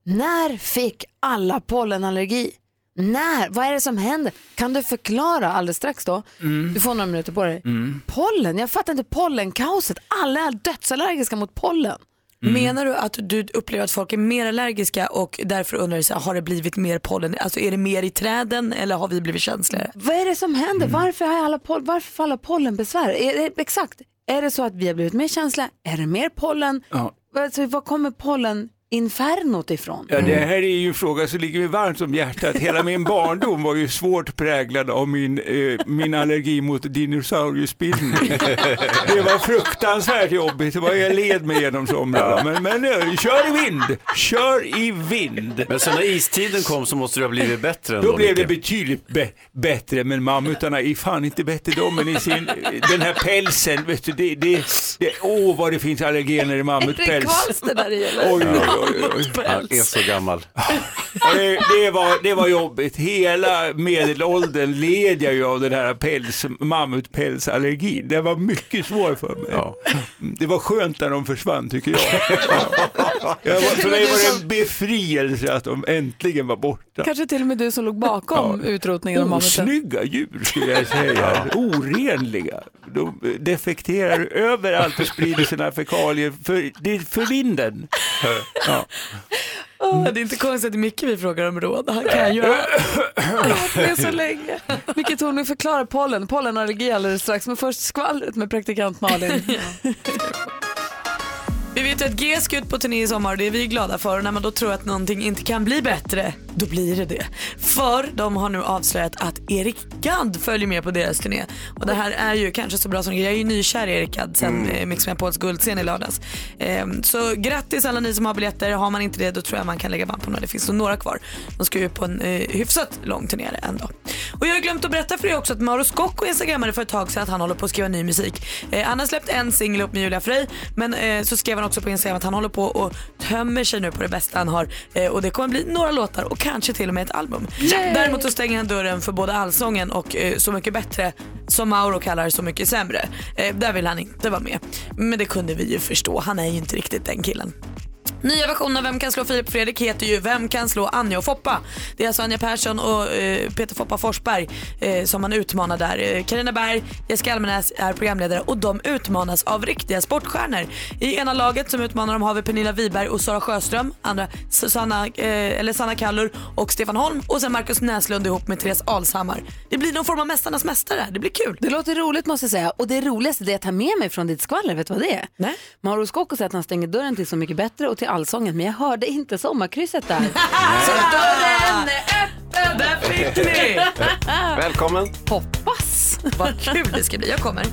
Speaker 1: När fick alla pollenallergi? När? Vad är det som händer? Kan du förklara alldeles strax då?
Speaker 3: Mm.
Speaker 1: Du får några minuter på dig. Pollen, jag fattar inte pollenkaoset. Alla är dödsallergiska mot pollen.
Speaker 7: Mm.
Speaker 2: Menar du att du upplever att folk är mer allergiska och därför undrar du så här, har det blivit mer pollen? Alltså är det mer i träden eller har vi blivit känsligare?
Speaker 1: Mm. Vad är det som händer? Varför, har alla poll- Varför får alla pollenbesvär? Är det, exakt, Är det så att vi har blivit mer känsliga? Är det mer pollen?
Speaker 7: Ja.
Speaker 1: Alltså, var kommer polleninfernot ifrån?
Speaker 8: Ja, det här är ju en fråga som ligger mig varmt om hjärtat. Hela min barndom var ju svårt präglad av min, eh, min allergi mot dinosauriespillning. Det var fruktansvärt jobbigt. Det var jag led mig genom somrarna. Men, men eh, kör i vind! Kör i vind!
Speaker 3: Men så när istiden kom så måste det ha blivit bättre ändå.
Speaker 8: Då blev det
Speaker 3: Micke.
Speaker 8: betydligt bä- bättre, men mammutarna är fan inte bättre de än i sin, den här pälsen. Vet du, det, det, det, åh, vad det finns allergener i mammutpäls.
Speaker 1: där det
Speaker 8: Oj, oj, oj, oj.
Speaker 3: Han är så gammal.
Speaker 8: Ja, Det, det, var, det var jobbigt. Hela medelåldern led jag ju av den här päls, mammutpälsallergin. Det var mycket svår för mig. Det var skönt när de försvann tycker jag. Ja. jag var, för mig var det en befrielse att de äntligen var borta.
Speaker 1: Kanske till och med du som låg bakom utrotningen
Speaker 8: Oh,
Speaker 1: av mammuten.
Speaker 8: Osnygga djur skulle jag säga. Orenliga. De defekterar överallt och sprider sina fekalier för, det är för vinden. Ja.
Speaker 2: Åh, det är inte konstigt att det är Micke vi frågar om råd. Han kan ju
Speaker 1: Det så länge. Micke Tornving förklarar pollen, pollenallergi alldeles strax. Men först skvallret med praktikant Malin.
Speaker 2: Vi vet ju att G ska ut på turné i sommar och det är vi glada för. Och när man då tror att någonting inte kan bli bättre, då blir det det. För de har nu avslöjat att Erik Gadd följer med på deras turné. Och det här är ju kanske så bra som Jag är ju nykär i Erik Gadd sen
Speaker 18: Mm.
Speaker 2: mm. Mix Megapols guldscen i lördags. Ehm, så grattis alla ni som har biljetter. Har man inte det då tror jag man kan lägga band på några. Det finns nog några kvar. De ska ju på en eh, hyfsat lång turné ändå. Och jag har glömt att berätta för er också att Mauro Scocco instagrammade för ett tag sedan att han håller på att skriva ny musik. Eh, han har släppt en singel ihop med Julia Frey men eh, så skrev han också på Instagram att han håller på och tömmer sig nu på det bästa han har eh, och det kommer bli några låtar och kanske till och med ett album.
Speaker 18: Yay!
Speaker 2: Däremot så stänger han dörren för både allsången och eh, Så mycket bättre som Mauro kallar Så mycket sämre. Eh, där vill han inte vara med. Men det kunde vi ju förstå. Han är ju inte riktigt den killen. Nya versionen av Vem kan slå Filip och Fredrik heter ju Vem kan slå Anja och Foppa. Det är alltså Anja Persson och eh, Peter Foppa Forsberg eh, som man utmanar där. Eh, Carina Berg, Jessica Almenäs är programledare och de utmanas av riktiga sportstjärnor. I ena laget som utmanar dem har vi Pernilla Wiberg och Sara Sjöström, andra Susanna, eh, eller Sanna Kallur och Stefan Holm och sen Markus Näslund ihop med Therese Alshammar. Det blir någon form av Mästarnas mästare. Det blir kul.
Speaker 1: Det låter roligt måste jag säga. Och det roligaste det jag tar med mig från ditt skvaller, vet du vad det är?
Speaker 2: Nej.
Speaker 1: Mauro Scocco säger att han stänger dörren till Så mycket bättre och till Allsången, men jag hörde inte sommarkrysset där. Så dörren är öppen! Där
Speaker 2: fick ni!
Speaker 3: Välkommen.
Speaker 1: Hoppas!
Speaker 2: Vad kul det ska bli. Jag kommer.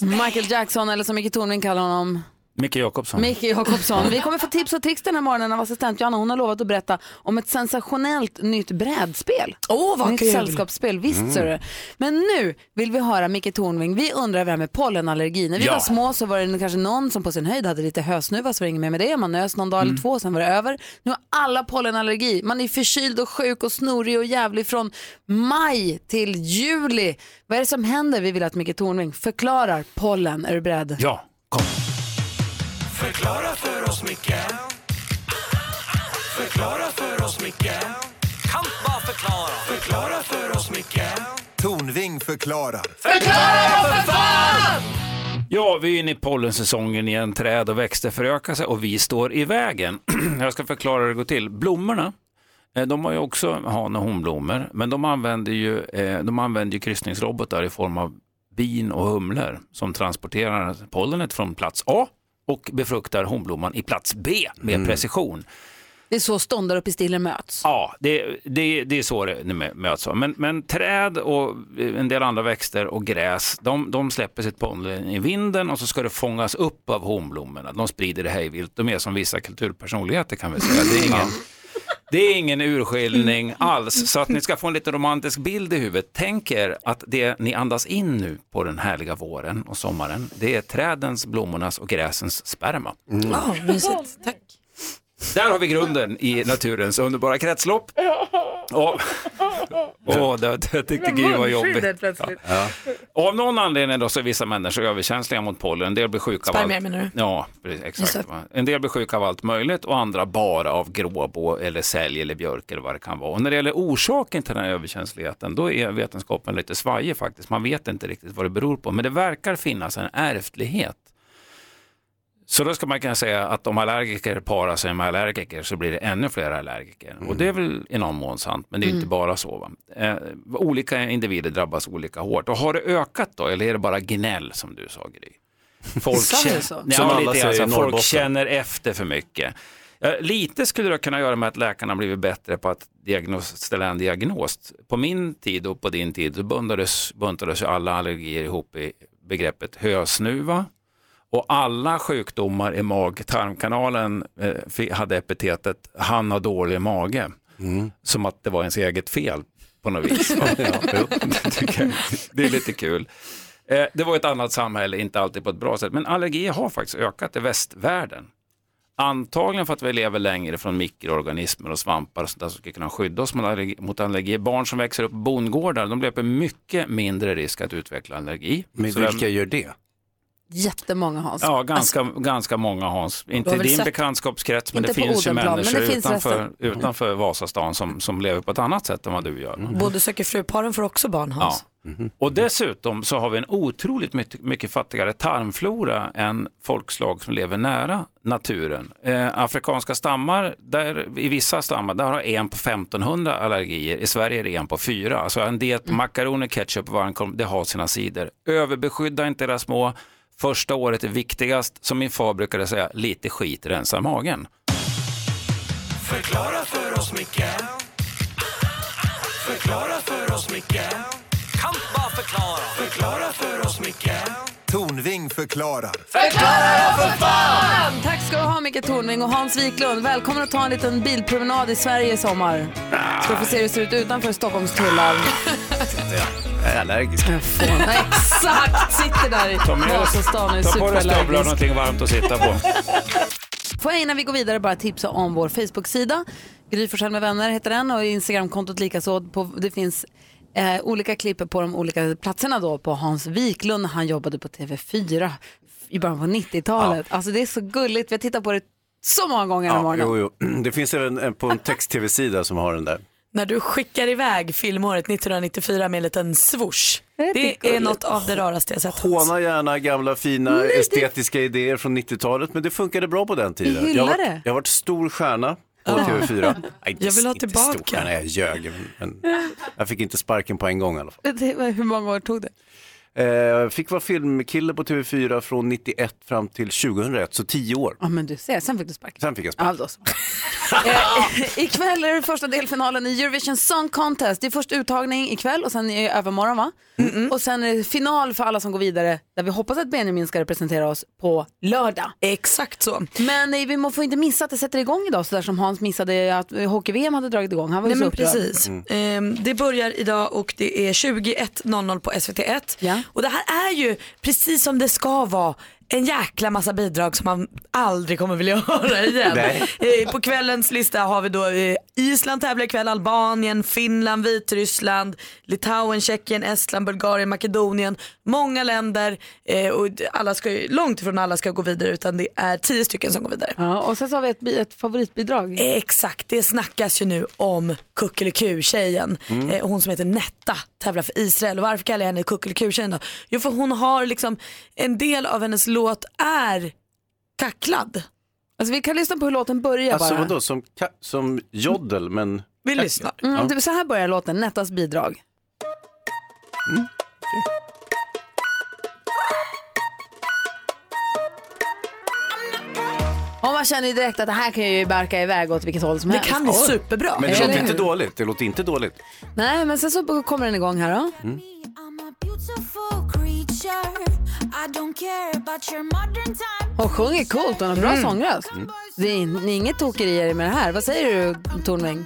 Speaker 1: Michael Jackson, eller som Micke Tornving kallar honom,
Speaker 7: Micke Jakobsson.
Speaker 1: Micke Jakobsson. Vi kommer få tips och tricks den här morgonen av assistent Johanna. Hon har lovat att berätta om ett sensationellt nytt brädspel.
Speaker 2: Åh, vad
Speaker 1: nytt
Speaker 2: kul.
Speaker 1: sällskapsspel, visst
Speaker 2: Mm.
Speaker 1: mm. du. Men nu vill vi höra Micke Tornving. Vi undrar över det här med pollenallergi. När vi
Speaker 2: Ja.
Speaker 1: var små så var det kanske någon som på sin höjd hade lite hösnuva så var det inget mer med det. Man nös någon dag
Speaker 7: Mm.
Speaker 1: eller två, sen var det över. Nu har alla pollenallergi. Man är förkyld och sjuk och snorig och jävlig från maj till juli. Vad är det som händer? Vi vill att Micke Tornving förklarar pollen. Är du beredd?
Speaker 7: Ja.
Speaker 17: Förklara för oss, Micke Förklara för oss, Micke Kan bara förklara Förklara för oss, Micke
Speaker 12: Tornving förklarar.
Speaker 17: Förklara för fan!
Speaker 7: Ja, vi är inne i pollensäsongen igen. Träd och växter förökar sig och vi står i vägen. Jag ska förklara hur det går till. Blommorna, eh, de har ju också han och honblommor, men de använder ju, eh, de använder ju kryssningsrobotar i form av bin och humlor som transporterar pollenet från plats A och befruktar honblomman i plats B med precision.
Speaker 1: Det är så ståndar upp i stillen möts.
Speaker 7: Ja, det, det, det är så det det mö- möts. av. Men, men träd och eh, en del andra växter och gräs, de, de släpper sitt pollen i vinden och så ska det fångas upp av honblommorna. De sprider det hej vilt. De är som vissa kulturpersonligheter kan vi säga. Det är ingen, det är ingen urskiljning alls. Så att ni ska få en lite romantisk bild i huvudet. Tänk er att det ni andas in nu på den härliga våren och sommaren, det är trädens, blommornas och gräsens sperma.
Speaker 2: Ja, mysigt. Tack.
Speaker 7: Där har vi grunden i naturens underbara kretslopp. Och, Åh, det, det tyckte Gry var jobbigt. Ja. Och av någon anledning då så är vissa människor överkänsliga mot pollen. En del blir sjuka av
Speaker 2: Spermier
Speaker 7: allt.
Speaker 2: menar du?
Speaker 7: Ja, precis, exakt. va. En del blir sjuka av allt möjligt och andra bara av gråbå eller sälj eller björk eller vad det kan vara. Och när det gäller orsaken till den här överkänsligheten då är vetenskapen lite svajig faktiskt. Man vet inte riktigt vad det beror på. Men det verkar finnas en ärftlighet Så då ska man kunna säga att om allergiker parar sig med allergiker så blir det ännu fler allergiker. Och det är väl i någon mån sant, men det är ju inte
Speaker 6: Mm.
Speaker 7: bara så. Va? Eh, olika individer drabbas olika hårt. Och har det ökat då, eller är det bara gnäll som du sa Gry? Folk,
Speaker 1: Sa vi så?
Speaker 7: Nej,
Speaker 1: Som
Speaker 7: men
Speaker 1: alla
Speaker 7: lite,
Speaker 1: säger i
Speaker 7: alltså, folk
Speaker 1: Norrbotten.
Speaker 7: känner efter för mycket. Eh, Lite skulle det kunna göra med att läkarna har blivit bättre på att diagnos, ställa en diagnos. På min tid och på din tid så buntades, buntades ju alla allergier ihop i begreppet hösnuva. Och alla sjukdomar i mag-tarmkanalen eh, fi- hade epitetet han har dålig mage.
Speaker 1: Mm.
Speaker 7: Som att det var ens eget fel på något vis. va? Ja, jo, det tycker jag. det är lite kul. Eh, Det var ett annat samhälle, inte alltid på ett bra sätt. Men allergier har faktiskt ökat i västvärlden. Antagligen för att vi lever längre från mikroorganismer och svampar och sånt där som ska kunna skydda oss mot allergi. Mot allergi. Barn som växer upp på bondgårdar, de löper mycket mindre risk att utveckla allergi.
Speaker 3: Men vilka
Speaker 7: gör det?
Speaker 1: Jättemånga Hans.
Speaker 7: Ja, ganska, ganska många Hans. Inte
Speaker 1: Alltså, har
Speaker 7: i
Speaker 1: väl
Speaker 7: din
Speaker 1: sett-
Speaker 7: bekantskapskrets, men
Speaker 1: Inte
Speaker 7: det
Speaker 1: på
Speaker 7: finns ju
Speaker 1: Odenplan, men det
Speaker 7: människor
Speaker 1: finns
Speaker 7: utanför,
Speaker 1: resten.
Speaker 7: utanför Vasastan som, som lever på ett annat sätt än vad du gör.
Speaker 2: Både söker fru-paren får också barn Hans.
Speaker 7: Ja. Och dessutom så har vi en otroligt mycket, mycket fattigare tarmflora än folkslag som lever nära naturen. Eh, afrikanska stammar, där, i vissa stammar, där har en på 1500 allergier. I Sverige är det en på fyra. Alltså en diet på makaroner, ketchup och varmkorv, det har sina sidor. Överbeskydda inte era små. Första året är viktigast. Som min far brukade säga, lite skit rensar magen.
Speaker 17: Förklara för oss, Micke Förklara för oss, Micke Kan bara förklara Förklara för oss, Micke
Speaker 12: Tornving förklarar.
Speaker 17: Förklara för fan!
Speaker 1: Tack ska du ha Micke Tornving och Hans Wiklund. Välkommen att ta en liten bilpromenad i Sverige i sommar. Ska få se hur det ser ut utanför Stockholms tullar.
Speaker 3: Jag är allergisk.
Speaker 1: Ja, Exakt, sitter där i
Speaker 7: Ta med dig-
Speaker 1: Vasastan och är
Speaker 7: ta på dig stövlar och
Speaker 1: superallergisk.
Speaker 7: någonting varmt att sitta på.
Speaker 1: Får jag innan vi går vidare bara tipsa om vår Facebook-sida. Gry Forssell med vänner heter den och Instagram-kontot likaså. På, det finns eh, olika klipp på de olika platserna då på Hans Wiklund när han jobbade på TV4 i början på 90-talet. Alltså det är så gulligt, vi har tittat på det så många gånger den här
Speaker 3: Ja,
Speaker 1: morgonen.
Speaker 3: jo, jo. Det finns även en- på en text-tv-sida som har den där.
Speaker 2: När du skickar iväg filmåret 1994 med en liten swoosh. Det är
Speaker 3: gulligt.
Speaker 2: något av det raraste jag sett.
Speaker 3: Håna gärna gamla fina
Speaker 2: Nej, det-
Speaker 3: estetiska idéer från 90-talet, men det funkade bra på den tiden.
Speaker 2: Vi hyllar
Speaker 3: jag, har,
Speaker 2: det.
Speaker 3: varit- jag har varit stor stjärna på TV4. Nej,
Speaker 2: Jag vill ha
Speaker 3: inte
Speaker 2: tillbaka.
Speaker 3: Stor stjärna, jag ljög. Men, men jag fick inte sparken på en gång i alla fall.
Speaker 1: Det var- Hur många år tog det?
Speaker 3: Eh, Jag fick vara filmkille på TV4 från 91 fram till 2001, så 10 år.
Speaker 1: Ja men du ser, sen fick du sparken.
Speaker 3: Sen fick jag
Speaker 1: sparken. eh, ikväll är det första delfinalen i Eurovision Song Contest. Det är först uttagning ikväll och sen i övermorgon va? Och sen är det final för alla som går vidare där vi hoppas att Benjamin ska representera oss på lördag.
Speaker 2: Exakt så.
Speaker 1: Men eh, vi må- får inte missa att det sätter igång idag sådär som Hans missade att eh, hockey-VM hade dragit igång. Han var ju
Speaker 2: Nej,
Speaker 1: så Mm.
Speaker 2: men
Speaker 1: upprörd.
Speaker 2: precis. Ehm, det börjar idag och det är 21.00 på SVT1. Och det här är ju precis som det ska vara. En jäkla massa bidrag som man aldrig kommer vilja höra igen.
Speaker 17: Nej.
Speaker 2: Eh, på kvällens lista har vi då eh, Island tävlar ikväll, Albanien, Finland, Vitryssland, Litauen, Tjeckien, Estland, Bulgarien, Makedonien. Många länder eh, och alla ska, ju- långt ifrån alla ska gå vidare utan det är tio stycken som går vidare.
Speaker 1: Ja, och sen så har vi ett, bi- ett favoritbidrag.
Speaker 2: Exakt, det snackas ju nu om Kuckeliku-tjejen.
Speaker 1: Mm.
Speaker 2: Eh, hon som heter Netta tävlar för Israel. Och varför kallar jag henne Kuckeliku-tjejen då? Jo för hon har liksom, en del av hennes låt är kacklad.
Speaker 1: Alltså vi kan lyssna på hur låten börjar
Speaker 3: Alltså
Speaker 1: bara.
Speaker 3: vadå, som, ka- som joddel, men...
Speaker 2: Vi lyssnar.
Speaker 1: Mm,
Speaker 3: Ja.
Speaker 1: det- Så här börjar låten, Nettas bidrag. Mm, Och man känner ju direkt att det här kan ju barka iväg åt vilket håll som
Speaker 2: Det
Speaker 1: helst.
Speaker 2: kan bli superbra.
Speaker 3: Men det
Speaker 1: Eller
Speaker 3: låter inte
Speaker 1: hur?
Speaker 3: dåligt. Det låter inte dåligt.
Speaker 1: Nej, men sen så kommer den igång här då. Hon sjunger coolt, hon har bra sångröst.
Speaker 3: Mm.
Speaker 1: Det är in- inget tokerier med det här. Vad säger du Tornving?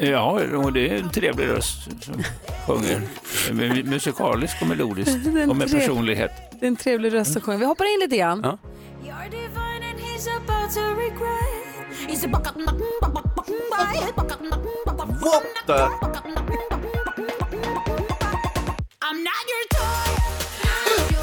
Speaker 8: Ja, och det är en trevlig röst som sjunger. Men Musikalisk och melodisk
Speaker 1: Det är en
Speaker 8: och med
Speaker 1: trev-
Speaker 8: personlighet.
Speaker 1: Det är en trevlig röst som sjunger. Vi hoppar in lite grann.
Speaker 8: Ja.
Speaker 3: What the?
Speaker 17: I'm not your toy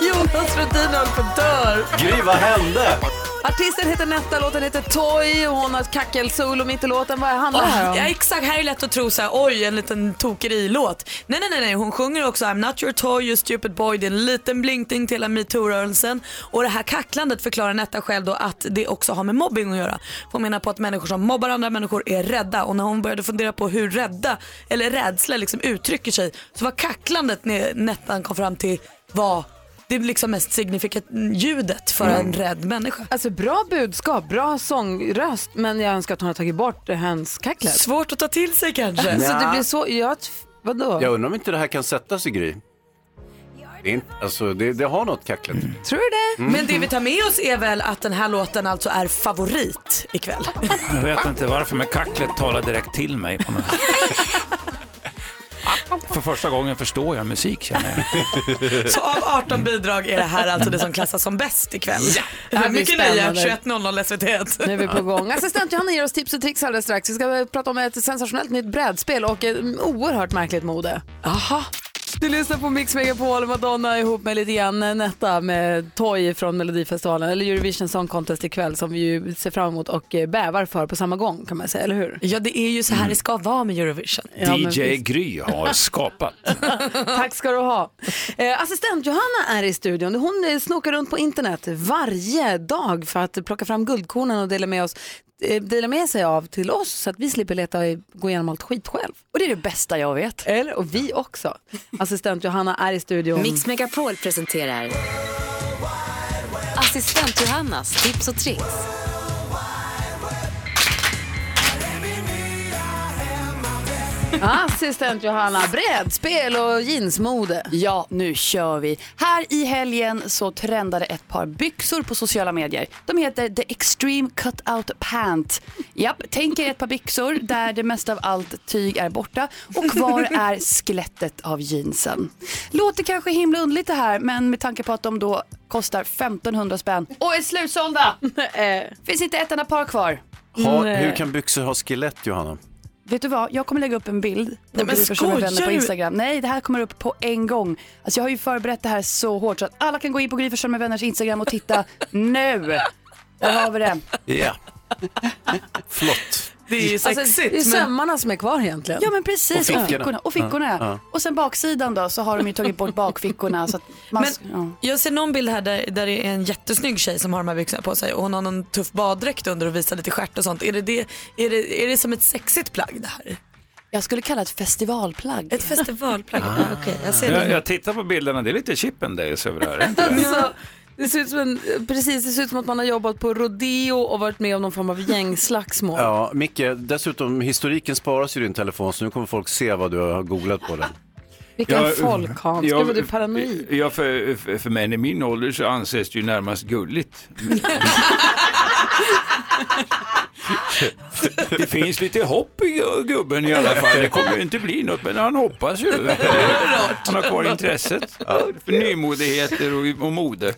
Speaker 1: Jonas Rhodin höll på att dör.
Speaker 3: Gry, vad hände?
Speaker 1: Artisten heter Netta, låten heter Toy och hon har ett kackelsolo mitt i låten. Vad handlar det här
Speaker 2: Åh,
Speaker 1: om?
Speaker 2: ja, exakt, här är det lätt att tro så här, oj en liten tokerilåt. Nej, nej, nej, nej, hon sjunger också I'm not your toy, you stupid boy. Det är en liten blinkning till hela metoo-rörelsen. Och det här kacklandet förklarar Netta själv då att det också har med mobbing att göra. För Hon menar på att människor som mobbar andra människor är rädda och när hon började fundera på hur rädda eller rädsla liksom uttrycker sig så var kacklandet när Nettan kom fram till var det liksom mest signifikant ljudet för
Speaker 1: Mm.
Speaker 2: en rädd människa.
Speaker 1: Alltså bra budskap, bra sångröst, men jag önskar att hon hade tagit bort hönskacklet.
Speaker 2: Svårt att ta till sig kanske.
Speaker 1: Alltså, det
Speaker 3: Nja.
Speaker 1: blir så, jag, vadå?
Speaker 3: Jag undrar om inte det här kan sätta sig Gry. Det, är inte, alltså, det, det har något kackligt.
Speaker 2: Tror du det?
Speaker 3: Mm.
Speaker 2: Men det vi tar med oss är väl att den här låten alltså är favorit ikväll.
Speaker 7: Jag vet inte varför, men kacklet talar direkt till mig. På något. För första gången förstår jag musik, känner jag.
Speaker 2: Så av 18 bidrag är det här alltså det som klassas som bäst ikväll.
Speaker 7: Ja.
Speaker 1: Det här blir
Speaker 2: Mycket nöje,
Speaker 1: spännande.
Speaker 2: 21.00 SVT1.
Speaker 1: Nu är vi på gång. Assistent Johanna ger oss tips och tricks alldeles strax. Vi ska prata om ett sensationellt nytt brädspel och ett oerhört märkligt mode. Aha. Du lyssnar på Mix Megapol, Madonna ihop med lite grann eh, Netta med Toy från Melodifestivalen, eller Eurovision Song Contest ikväll som vi ju ser fram emot och eh, bävar för på samma gång kan man säga, eller hur?
Speaker 2: Ja, det är ju så här det ska vara med Eurovision.
Speaker 7: DJ Gry har skapat.
Speaker 1: Tack ska du ha. Eh, assistent Johanna är i studion. Hon eh, snokar runt på internet varje dag för att plocka fram guldkornen och dela med, oss, eh, dela med sig av till oss så att vi slipper leta i, gå igenom allt skit själv. Och det är det bästa jag vet. Eller, och vi också. Assistent Johanna är i studion.
Speaker 11: Mix Megapol presenterar Assistent Johannas tips och tricks.
Speaker 1: Assistent Johanna, brädspel och jeansmode.
Speaker 23: Ja, nu kör vi. Här i helgen så trendade ett par byxor på sociala medier. De heter The Extreme Cutout Pant. Japp, tänk er ett par byxor där det mesta av allt tyg är borta och kvar är skelettet av jeansen. Låter kanske himla underligt det här, men med tanke på att de då kostar 1500 spänn och är slutsålda. Finns inte ett enda par kvar.
Speaker 3: Ha,
Speaker 1: Mm.
Speaker 3: hur kan byxor ha skelett Johanna?
Speaker 23: Vet du vad, jag kommer lägga upp en bild på
Speaker 3: Nej, men
Speaker 23: Gry Forssell med
Speaker 3: skojar
Speaker 23: vänner på
Speaker 3: du?
Speaker 23: Instagram. Nej, det här kommer upp på en gång. Alltså jag har ju förberett det här så hårt så att alla kan gå in på Gry Forssell med vänners Instagram och titta nu. Där har vi det.
Speaker 3: Ja. Flott.
Speaker 2: Det är ju
Speaker 23: Alltså,
Speaker 2: sexigt.
Speaker 1: Alltså, det är sömmarna som är kvar egentligen.
Speaker 23: Ja men precis,
Speaker 1: Och
Speaker 23: och
Speaker 1: fickorna.
Speaker 23: fickorna. Och fickorna, och,
Speaker 1: Ja, ja.
Speaker 23: sen baksidan då så har de ju tagit bort bakfickorna. Så att man...
Speaker 2: Men jag ser någon bild här där, där det är en jättesnygg tjej som har de här byxorna på sig och hon har någon tuff baddräkt under och visar lite stjärt och sånt. Är det, det, är det, är det som ett sexigt plagg det här?
Speaker 23: Jag skulle kalla det ett festivalplagg.
Speaker 2: Ett festivalplagg, ah. okej. jag ser
Speaker 7: Jag,
Speaker 2: det.
Speaker 7: jag tittar på bilderna, det är lite Chippendales över det här. inte det?
Speaker 1: Alltså, det, ser ut som en, precis, det ser ut som att man har jobbat på rodeo och varit med om någon form av gängslagsmål.
Speaker 3: Ja, Micke, dessutom historiken sparas ju i din telefon så nu kommer folk se vad du har googlat på den.
Speaker 1: Vilken
Speaker 7: Ja,
Speaker 1: folk Hans,
Speaker 7: ja,
Speaker 1: gud vad du är paranoid.
Speaker 7: Ja, för, för- för män i min ålder så anses det ju närmast gulligt. Det finns lite hopp i gubben i alla fall. Det kommer ju inte bli något, men han hoppas ju. Han har kvar intresset för nymodigheter och, och mode.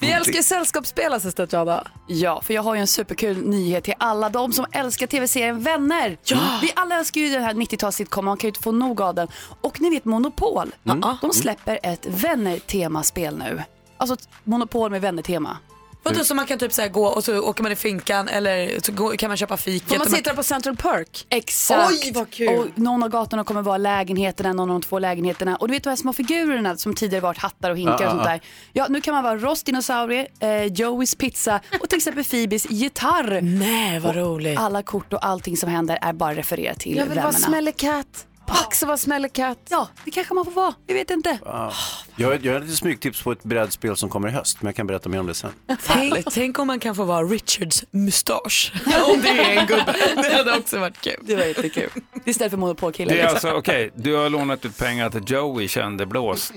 Speaker 1: Vi älskar sällskapsspel assistent Jada.
Speaker 23: Ja, för jag har ju en superkul nyhet till alla de som älskar tv-serien Vänner. Vi alla älskar ju den här 90-talssitcomen, man kan ju inte få nog av den. Och ni vet Monopol,
Speaker 1: Mm.
Speaker 23: de släpper ett Vänner-temaspel nu. Alltså ett Monopol med Vänner-tema.
Speaker 2: Vadå, så man kan typ så här gå och så åker man i finkan eller så går, kan man köpa fiket.
Speaker 23: Får man
Speaker 2: och
Speaker 23: sitta
Speaker 1: på Central Park?
Speaker 23: Exakt.
Speaker 2: Oj, vad kul.
Speaker 23: Och någon av gatorna kommer vara lägenheterna, någon av de två lägenheterna. Och du vet de här små figurerna som tidigare varit hattar och hinkar
Speaker 24: Ja,
Speaker 1: Ah,
Speaker 23: och sånt
Speaker 24: ja,
Speaker 23: där. Ja, nu kan man vara Ross dinosaurie, eh, Joeys pizza och till exempel Phoebes gitarr.
Speaker 2: Nej, vad roligt.
Speaker 23: Alla kort och allting som händer är bara refererat till
Speaker 1: Jag vill vara
Speaker 23: vännerna.
Speaker 1: smällekatt. Också vara smällekatt.
Speaker 23: Ja, det kanske man får vara. Jag vet inte.
Speaker 2: Ah,
Speaker 3: Wow. Ah. Jag, jag har lite smygtips på ett brädspel som kommer i höst, men jag kan berätta mer om det sen.
Speaker 2: Tänk, tänk om man kan få vara Richards mustasch. om det är en gubbe. Det hade också varit kul.
Speaker 23: Det var jättekul. Istället för monopolkillen.
Speaker 7: Det är alltså, okej, du har lånat ut pengar till Joey, kände blåst.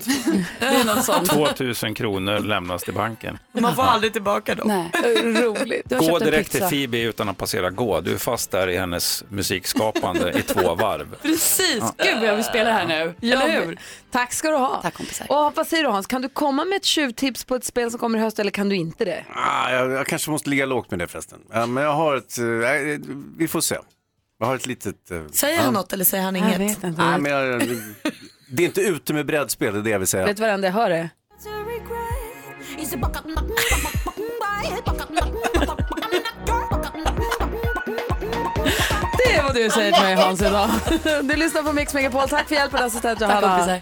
Speaker 23: Det är något sånt.
Speaker 7: 2000 kronor lämnas till banken.
Speaker 2: Man får aldrig tillbaka dem.
Speaker 23: Nej.
Speaker 1: Roligt.
Speaker 23: Du har
Speaker 7: Gå
Speaker 23: köpt en
Speaker 7: direkt till
Speaker 23: pizza.
Speaker 7: Phoebe utan att passera gå. Du är fast där i hennes musikskapande i två varv.
Speaker 23: Precis,
Speaker 7: Ja.
Speaker 23: gud vad jag vill spela här nu.
Speaker 1: Ja,
Speaker 23: Eller hur?
Speaker 1: Tack ska du ha. Tack kompisar. Och vad säger du Hans, kan du komma med ett tjuvtips på ett spel som kommer i höst eller kan du inte det?
Speaker 3: Ah, jag, jag kanske måste ligga lågt med det förresten. Ja, men jag har ett, eh, eh, vi får se. Jag har ett litet... eh,
Speaker 2: Säger
Speaker 3: ja.
Speaker 2: han något eller säger han
Speaker 1: Jag
Speaker 2: inget?
Speaker 1: vet inte.
Speaker 3: Nej, men jag, det är inte ute med brädspel, det är det jag vill säga.
Speaker 1: Vet du vad det enda jag hör är? vad du säger till mig Hans idag. Du lyssnar på Mix Megapol. Tack för hjälpen assistent Johanna.
Speaker 6: kompisar.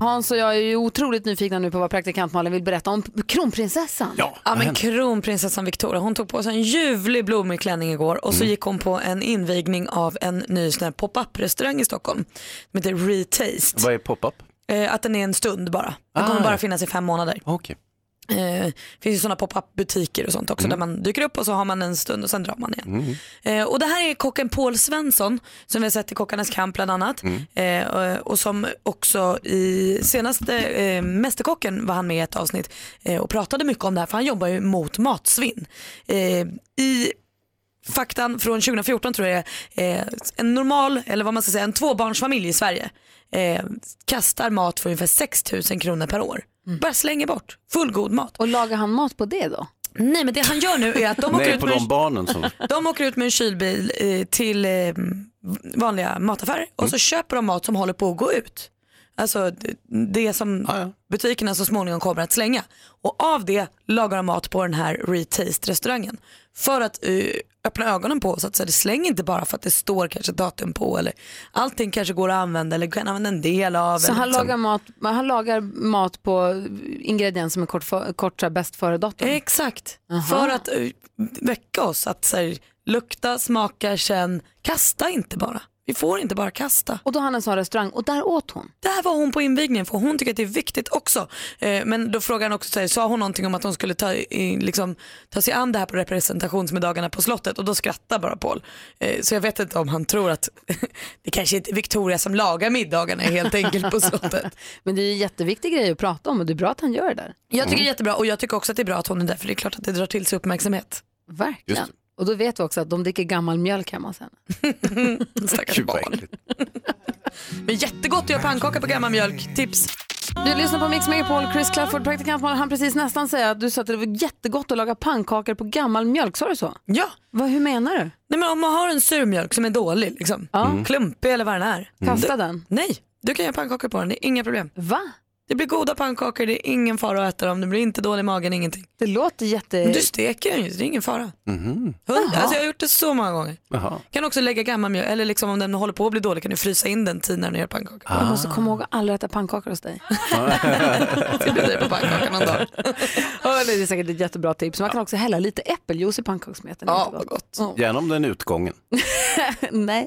Speaker 1: Hans och jag är ju otroligt nyfikna nu på vad praktikant Malin vill berätta om kronprinsessan.
Speaker 2: Ja men kronprinsessan Victoria hon tog på sig en ljuvlig blommig klänning igår och så
Speaker 1: Mm.
Speaker 2: gick hon på en invigning av en ny sån här pop-up restaurang i Stockholm. Som heter Retaste.
Speaker 3: Vad är pop-up?
Speaker 2: Eh, att den är en stund bara. Den
Speaker 3: Ah,
Speaker 2: kommer bara
Speaker 3: ja.
Speaker 2: finnas i fem månader.
Speaker 3: Okay.
Speaker 2: Eh, finns ju sådana pop-up butiker och sånt
Speaker 3: Mm.
Speaker 2: också där man dyker upp och så har man en stund och sen drar man igen. Eh, och det här är kocken Paul Svensson som vi har sett i Kockarnas kamp bland
Speaker 3: Mm.
Speaker 2: annat. Eh, och- och som också i senaste eh, Mästerkocken var han med i ett avsnitt eh, och pratade mycket om det här för han jobbar ju mot matsvinn. Eh, I faktan från 2014 tror jag det är, eh, en normal, eller vad man ska säga, en tvåbarnsfamilj i Sverige eh, kastar mat för ungefär 6 000 kronor per år. Bara slänger bort fullgod mat.
Speaker 1: Mm. Och lagar han mat på det då?
Speaker 2: Nej men det han gör nu är att de åker
Speaker 3: Nej,
Speaker 2: ut
Speaker 3: på
Speaker 2: med
Speaker 3: de barnen som...
Speaker 2: de åker ut med en kylbil eh, till eh, vanliga mataffärer och så köper de mat som håller på att gå ut. Alltså det- det som butikerna så småningom kommer att slänga. Och av det lagar de mat på den här Retaste-restaurangen. För att eh, öppna ögonen på så att så här, det slänger inte bara för att det står kanske ett datum på eller allting kanske går att använda eller kan använda en del av.
Speaker 1: Så
Speaker 2: eller
Speaker 1: han
Speaker 2: liksom.
Speaker 1: lagar, mat, men han lagar mat på ingredienser som är kort, för- kort så här bäst före-datum?
Speaker 2: Exakt,
Speaker 1: Aha.
Speaker 2: för att eh, väcka oss att så här, lukta, smaka, känn, kasta inte bara. Vi får inte bara kasta.
Speaker 1: Och då har han en sån restaurang och där åt hon?
Speaker 2: Där var hon på invigningen för hon tycker att det är viktigt också. Eh, men då frågar han också, så här, sa hon någonting om att hon skulle ta, i, liksom, ta sig an det här på representationsmiddagarna på slottet och då skrattar bara Paul. Eh, så jag vet inte om han tror att det kanske inte är Victoria som lagar middagarna helt enkelt på slottet.
Speaker 1: Men det är ju en jätteviktig grej att prata om och det är bra att han gör det där.
Speaker 2: Jag tycker det är jättebra och jag tycker också att det är bra att hon är där för det är klart att det drar till sig uppmärksamhet.
Speaker 1: Verkligen. Och då vet vi också att de dricker gammal mjölk hemma hos henne.
Speaker 2: Stackars barn. Men jättegott att göra pannkaka på gammal mjölk. Tips.
Speaker 1: Du lyssnar på Mix Megapol, Chris Clafford, praktikant Malin, han precis nästan säga att du sa att det var jättegott att laga pannkakor på gammal mjölk, sa du så?
Speaker 2: Ja.
Speaker 1: Vad, hur menar du?
Speaker 2: Nej men om man har en surmjölk som är dålig, liksom,
Speaker 1: Ja.
Speaker 2: klumpig eller vad den är.
Speaker 1: Mm. Kasta
Speaker 2: Du-
Speaker 1: den.
Speaker 2: Nej, du kan göra pannkakor på den, det är inga problem.
Speaker 1: Va?
Speaker 2: Det blir goda pannkakor, det är ingen fara att äta dem, det blir inte dålig i magen, ingenting.
Speaker 1: Det låter jätte...
Speaker 2: Men du steker den ju, så det är ingen fara.
Speaker 3: Mhm.
Speaker 2: Hund, alltså jag har gjort det så många gånger.
Speaker 3: Jaha.
Speaker 2: Kan också lägga gammal mjölk, eller liksom om den håller på att bli dålig kan du frysa in den tid när du gör pannkakor.
Speaker 1: Jag måste komma ihåg att aldrig äta pannkakor hos dig.
Speaker 2: Ska bjuda dig på pannkaka någon dag.
Speaker 1: Hörni, det är säkert ett jättebra tips. Man kan också hälla lite äppeljuice i pannkakssmeten. Ja, vad gott.
Speaker 3: Gärna om den är utgången.
Speaker 1: Nej.